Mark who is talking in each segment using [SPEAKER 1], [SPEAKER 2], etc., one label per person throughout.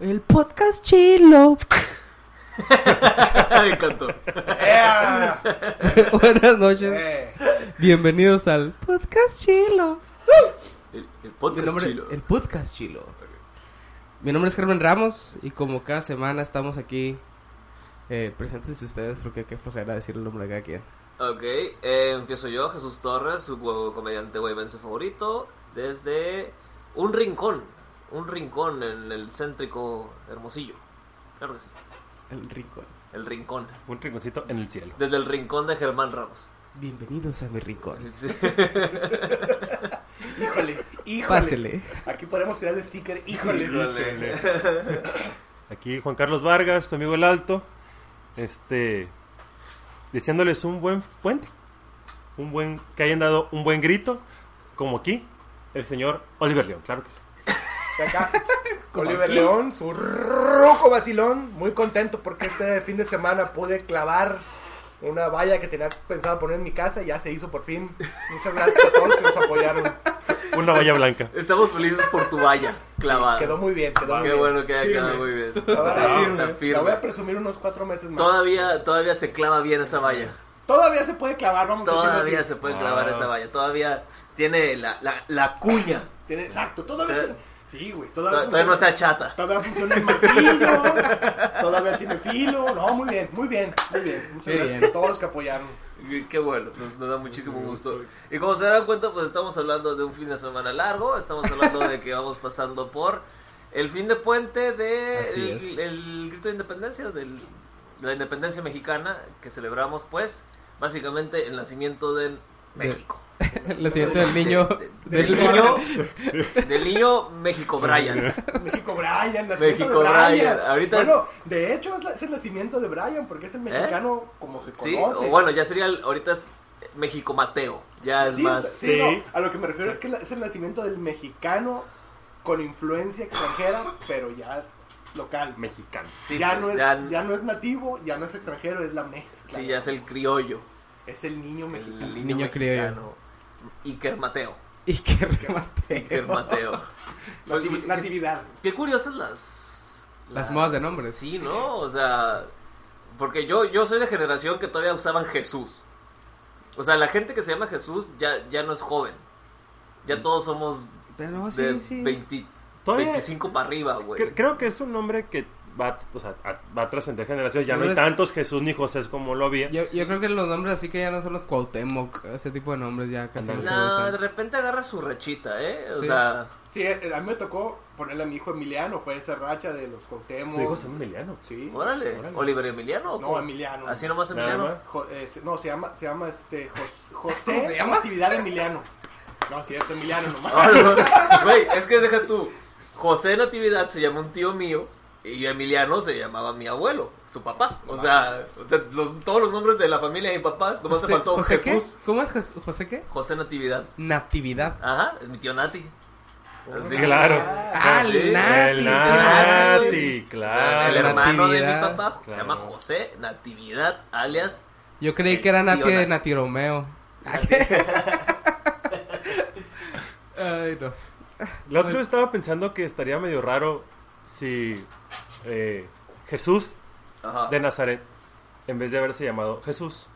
[SPEAKER 1] El podcast chilo.
[SPEAKER 2] Me encantó.
[SPEAKER 1] Buenas noches.
[SPEAKER 2] Eh.
[SPEAKER 1] Bienvenidos al podcast chilo.
[SPEAKER 2] El, el
[SPEAKER 1] Mi
[SPEAKER 2] podcast
[SPEAKER 1] nombre-
[SPEAKER 2] chilo.
[SPEAKER 1] El podcast chilo. Mi nombre es Carmen Ramos y como cada semana estamos aquí eh, presentes ustedes porque qué flojera decir el nombre de cada quien.
[SPEAKER 2] Ok, eh, empiezo yo, Jesús Torres, su huevo comediante weymense favorito, desde un rincón, un rincón en el céntrico Hermosillo. Claro que sí,
[SPEAKER 1] El rincón.
[SPEAKER 2] el rincón.
[SPEAKER 3] Un rinconcito en el cielo.
[SPEAKER 2] Desde el rincón de Germán Ramos.
[SPEAKER 1] Bienvenidos a mi rincón.
[SPEAKER 2] Sí.
[SPEAKER 4] Híjole, híjole.
[SPEAKER 1] Pásele.
[SPEAKER 4] Aquí podemos tirar el sticker, híjole.
[SPEAKER 2] Híjole.
[SPEAKER 3] Aquí Juan Carlos Vargas, su amigo el alto. Este. Deseándoles un buen puente. Un buen. Que hayan dado un buen grito. Como aquí, el señor Oliver León, claro que sí.
[SPEAKER 4] Y acá, Oliver León, su rojo vacilón, muy contento porque este fin de semana pude clavar una valla que tenía pensado poner en mi casa y ya se hizo por fin. Muchas gracias a todos que nos apoyaron.
[SPEAKER 3] Una valla blanca.
[SPEAKER 2] Estamos felices por tu valla clavada.
[SPEAKER 4] Quedó muy bien, quedó muy
[SPEAKER 2] Qué
[SPEAKER 4] bien.
[SPEAKER 2] bueno que haya quedado muy bien.
[SPEAKER 4] Ahora,
[SPEAKER 2] Sí, está
[SPEAKER 4] La voy
[SPEAKER 2] firme.
[SPEAKER 4] a presumir unos cuatro meses más.
[SPEAKER 2] Todavía, todavía se clava bien esa valla.
[SPEAKER 4] Todavía se puede clavar, vamos a decirlo
[SPEAKER 2] Todavía
[SPEAKER 4] así.
[SPEAKER 2] se puede clavar
[SPEAKER 4] Ah.
[SPEAKER 2] esa valla. Todavía tiene la, la, la cuña.
[SPEAKER 4] Tiene- exacto, todavía.
[SPEAKER 2] Tod-
[SPEAKER 4] tiene- Sí, güey,
[SPEAKER 2] Tod-
[SPEAKER 4] todavía.
[SPEAKER 2] Todavía no se
[SPEAKER 4] funciona-
[SPEAKER 2] achata.
[SPEAKER 4] Todavía funciona el martillo, todavía tiene filo. No, muy bien, muy bien, muy bien. Muchas
[SPEAKER 2] Muy
[SPEAKER 4] gracias
[SPEAKER 2] bien.
[SPEAKER 4] a todos los que apoyaron.
[SPEAKER 2] Qué- Qué bueno, pues, nos, nos da muchísimo gusto. Y como se darán cuenta, pues estamos hablando de un fin de semana largo, estamos hablando de que vamos pasando por el fin de puente de
[SPEAKER 1] Así
[SPEAKER 2] el,
[SPEAKER 1] es.
[SPEAKER 2] el grito de independencia, del- de la independencia mexicana que celebramos, pues, básicamente el nacimiento de México.
[SPEAKER 1] La siguiente del niño.
[SPEAKER 2] De- de-
[SPEAKER 1] Del
[SPEAKER 2] de-
[SPEAKER 1] niño.
[SPEAKER 2] Del niño México Brian.
[SPEAKER 4] México Brian, nacimiento
[SPEAKER 2] México
[SPEAKER 4] de
[SPEAKER 2] Brian,
[SPEAKER 4] Brian.
[SPEAKER 2] ahorita ¿Eh?
[SPEAKER 4] bueno, de hecho es, la- es el nacimiento de Brian porque es el mexicano como se
[SPEAKER 2] Sí,
[SPEAKER 4] conoce.
[SPEAKER 2] o bueno, ya sería, el- ahorita es México Mateo, ya es
[SPEAKER 4] Sí, o sea,
[SPEAKER 2] más.
[SPEAKER 4] sí,
[SPEAKER 3] Sí.
[SPEAKER 4] no, a lo que me refiero
[SPEAKER 3] Sí.
[SPEAKER 4] es que la- es el nacimiento del mexicano con influencia extranjera, pero ya local.
[SPEAKER 3] Mexicano.
[SPEAKER 2] sí,
[SPEAKER 4] ya, no es,
[SPEAKER 2] ya-
[SPEAKER 4] ya... no es nativo, ya no es extranjero, es la mezcla.
[SPEAKER 2] sí, ya es el criollo.
[SPEAKER 4] Es el niño mexicano.
[SPEAKER 2] El
[SPEAKER 1] Niño
[SPEAKER 2] niño criollo. Iker Mateo.
[SPEAKER 1] Y que remate.
[SPEAKER 2] Iker Mateo. Pues,
[SPEAKER 4] Nativi-
[SPEAKER 2] qué,
[SPEAKER 4] natividad.
[SPEAKER 2] qué curiosas las...
[SPEAKER 1] Las
[SPEAKER 2] la-
[SPEAKER 1] modas de nombres.
[SPEAKER 2] Sí, ¿no? O sea... Porque yo, yo soy de generación que todavía usaban Jesús. O sea, la gente que se llama Jesús ya, ya no es joven. Ya todos somos
[SPEAKER 1] Pero Mm. sí,
[SPEAKER 2] de
[SPEAKER 1] sí.
[SPEAKER 2] 20
[SPEAKER 3] Todavía-
[SPEAKER 2] 25 para arriba, güey.
[SPEAKER 3] Cre- creo que es un nombre que va, o sea, a, va a trascender generaciones. Ya no,
[SPEAKER 1] No
[SPEAKER 3] hay
[SPEAKER 1] es-
[SPEAKER 3] tantos Jesús ni José como lo había.
[SPEAKER 1] Yo, yo creo que los nombres así que ya no son los Cuauhtémoc, ese tipo de nombres ya casi no,
[SPEAKER 3] Ándale.
[SPEAKER 1] se
[SPEAKER 2] No, de
[SPEAKER 1] usan.
[SPEAKER 2] repente agarra su rechita, ¿eh? O
[SPEAKER 1] Sí.
[SPEAKER 2] sea...
[SPEAKER 4] Sí, eh, a mí me tocó ponerle a mi hijo Emiliano, fue esa racha de los Cuauhtémoc.
[SPEAKER 3] Tu hijo se llama Emiliano.
[SPEAKER 4] Sí.
[SPEAKER 2] Órale,
[SPEAKER 3] Órale.
[SPEAKER 2] Oliver Emiliano. ¿o
[SPEAKER 4] No,
[SPEAKER 2] cómo?
[SPEAKER 4] Emiliano.
[SPEAKER 2] Así nomás
[SPEAKER 3] Nada
[SPEAKER 2] Emiliano.
[SPEAKER 3] más.
[SPEAKER 4] Jo- eh, se- no, se llama, se llama este Jos- José.
[SPEAKER 1] ¿Cómo se llama?
[SPEAKER 4] Actividad Emiliano. No, cierto, Emiliano nomás.
[SPEAKER 2] Ah, no. Güey, es que deja tú. José Natividad se llama un tío mío y Emiliano se llamaba mi abuelo, su papá. O sea, o sea, los- todos los nombres de la familia de mi papá, nomás se faltó
[SPEAKER 1] qué?
[SPEAKER 2] Jesús.
[SPEAKER 1] ¿Cómo es Jes- José qué?
[SPEAKER 2] José Natividad.
[SPEAKER 1] Natividad.
[SPEAKER 2] Ajá, es mi tío Nati. Así-
[SPEAKER 3] Claro.
[SPEAKER 1] Ah,
[SPEAKER 2] sí.
[SPEAKER 1] el Nati.
[SPEAKER 3] El
[SPEAKER 1] claro.
[SPEAKER 3] Nati,
[SPEAKER 2] O sea, ah, el
[SPEAKER 3] claro.
[SPEAKER 2] hermano de mi
[SPEAKER 1] Natividad.
[SPEAKER 2] papá se
[SPEAKER 3] Ah, Claro.
[SPEAKER 2] llama José Natividad, alias.
[SPEAKER 1] Yo creí que era
[SPEAKER 2] El
[SPEAKER 1] Nati
[SPEAKER 2] tío
[SPEAKER 1] de
[SPEAKER 2] Nati.
[SPEAKER 1] Nati Romeo. Ay, no.
[SPEAKER 3] La otra vez estaba pensando que estaría medio raro si eh, Jesús
[SPEAKER 2] Ajá.
[SPEAKER 3] de Nazaret, en vez de haberse llamado Jesús,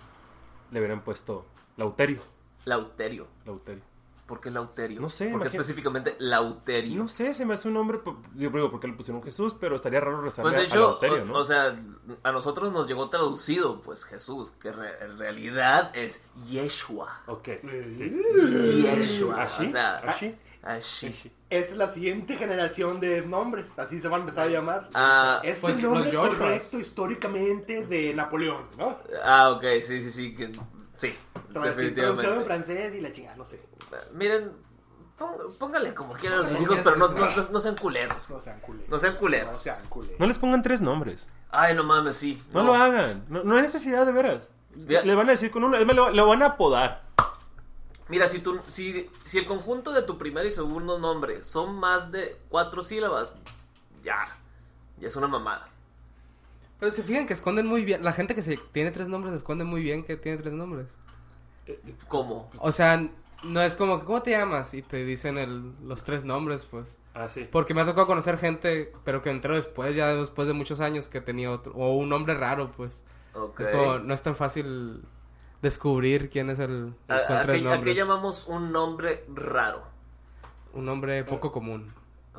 [SPEAKER 3] le hubieran puesto Lauterio.
[SPEAKER 2] Lauterio.
[SPEAKER 3] Lauterio.
[SPEAKER 2] ¿Por qué Lauterio?
[SPEAKER 3] No sé,
[SPEAKER 2] Porque
[SPEAKER 3] imagínate.
[SPEAKER 2] específicamente Lauterio.
[SPEAKER 3] No sé, se me hace un nombre, po- yo digo, porque le pusieron Jesús, pero estaría raro rezarle
[SPEAKER 2] Pues de
[SPEAKER 3] a- a
[SPEAKER 2] hecho,
[SPEAKER 3] Lauterio, ¿no?
[SPEAKER 2] o, o sea, a nosotros nos llegó traducido, pues Jesús, que re- en realidad es Yeshua.
[SPEAKER 3] ok,
[SPEAKER 4] Eh,
[SPEAKER 3] sí.
[SPEAKER 2] Yeshua.
[SPEAKER 3] ¿Así?
[SPEAKER 2] O sea, ah,
[SPEAKER 3] ¿Así?
[SPEAKER 2] Ashi.
[SPEAKER 3] ¿Así?
[SPEAKER 4] ah, Es la siguiente generación de nombres, así se van a empezar a llamar.
[SPEAKER 2] Ah,
[SPEAKER 4] es
[SPEAKER 1] pues,
[SPEAKER 4] el nombre
[SPEAKER 1] los Joshuas.
[SPEAKER 4] correcto históricamente de Napoleón, ¿no?
[SPEAKER 2] ah, ok, sí, sí, sí. que Sí,
[SPEAKER 5] Traducido en
[SPEAKER 2] definitivamente.
[SPEAKER 5] francés y la chingada, no sé.
[SPEAKER 2] Miren, pong- póngale como quieran a sus
[SPEAKER 5] Póngale
[SPEAKER 2] hijos,
[SPEAKER 5] que
[SPEAKER 2] pero no,
[SPEAKER 5] sí.
[SPEAKER 2] no- no- no sean culeros. pues.
[SPEAKER 5] No sean culeros.
[SPEAKER 2] No sean culeros.
[SPEAKER 5] No sean culeros.
[SPEAKER 3] No les pongan tres nombres.
[SPEAKER 2] Ay, no mames, sí.
[SPEAKER 3] No, lo hagan. No, no hay necesidad de veras.
[SPEAKER 2] Mira-
[SPEAKER 3] Le van a decir con uno. Es más, lo, lo van a apodar.
[SPEAKER 2] Mira, si, tu, si, si el conjunto de tu primer y segundo nombre son más de cuatro sílabas, ya. Ya es una mamada.
[SPEAKER 1] Pero se fijan que esconden muy bien. La gente que se tiene tres nombres esconde muy bien que tiene tres nombres.
[SPEAKER 2] ¿Cómo?
[SPEAKER 1] O sea, no es como, ¿cómo te llamas? Y te dicen el- los tres nombres, pues.
[SPEAKER 3] Ah, sí.
[SPEAKER 1] Porque me ha tocado conocer gente, pero que entró después, ya después de muchos años, que tenía otro, o un nombre raro, pues.
[SPEAKER 2] Ok.
[SPEAKER 1] Es como, no es tan fácil descubrir quién es el,
[SPEAKER 2] ¿A,
[SPEAKER 1] el con
[SPEAKER 2] a
[SPEAKER 1] tres
[SPEAKER 2] qué, a qué
[SPEAKER 1] nombres.
[SPEAKER 2] llamamos un nombre raro?
[SPEAKER 1] Un nombre
[SPEAKER 2] Oh.
[SPEAKER 1] poco común.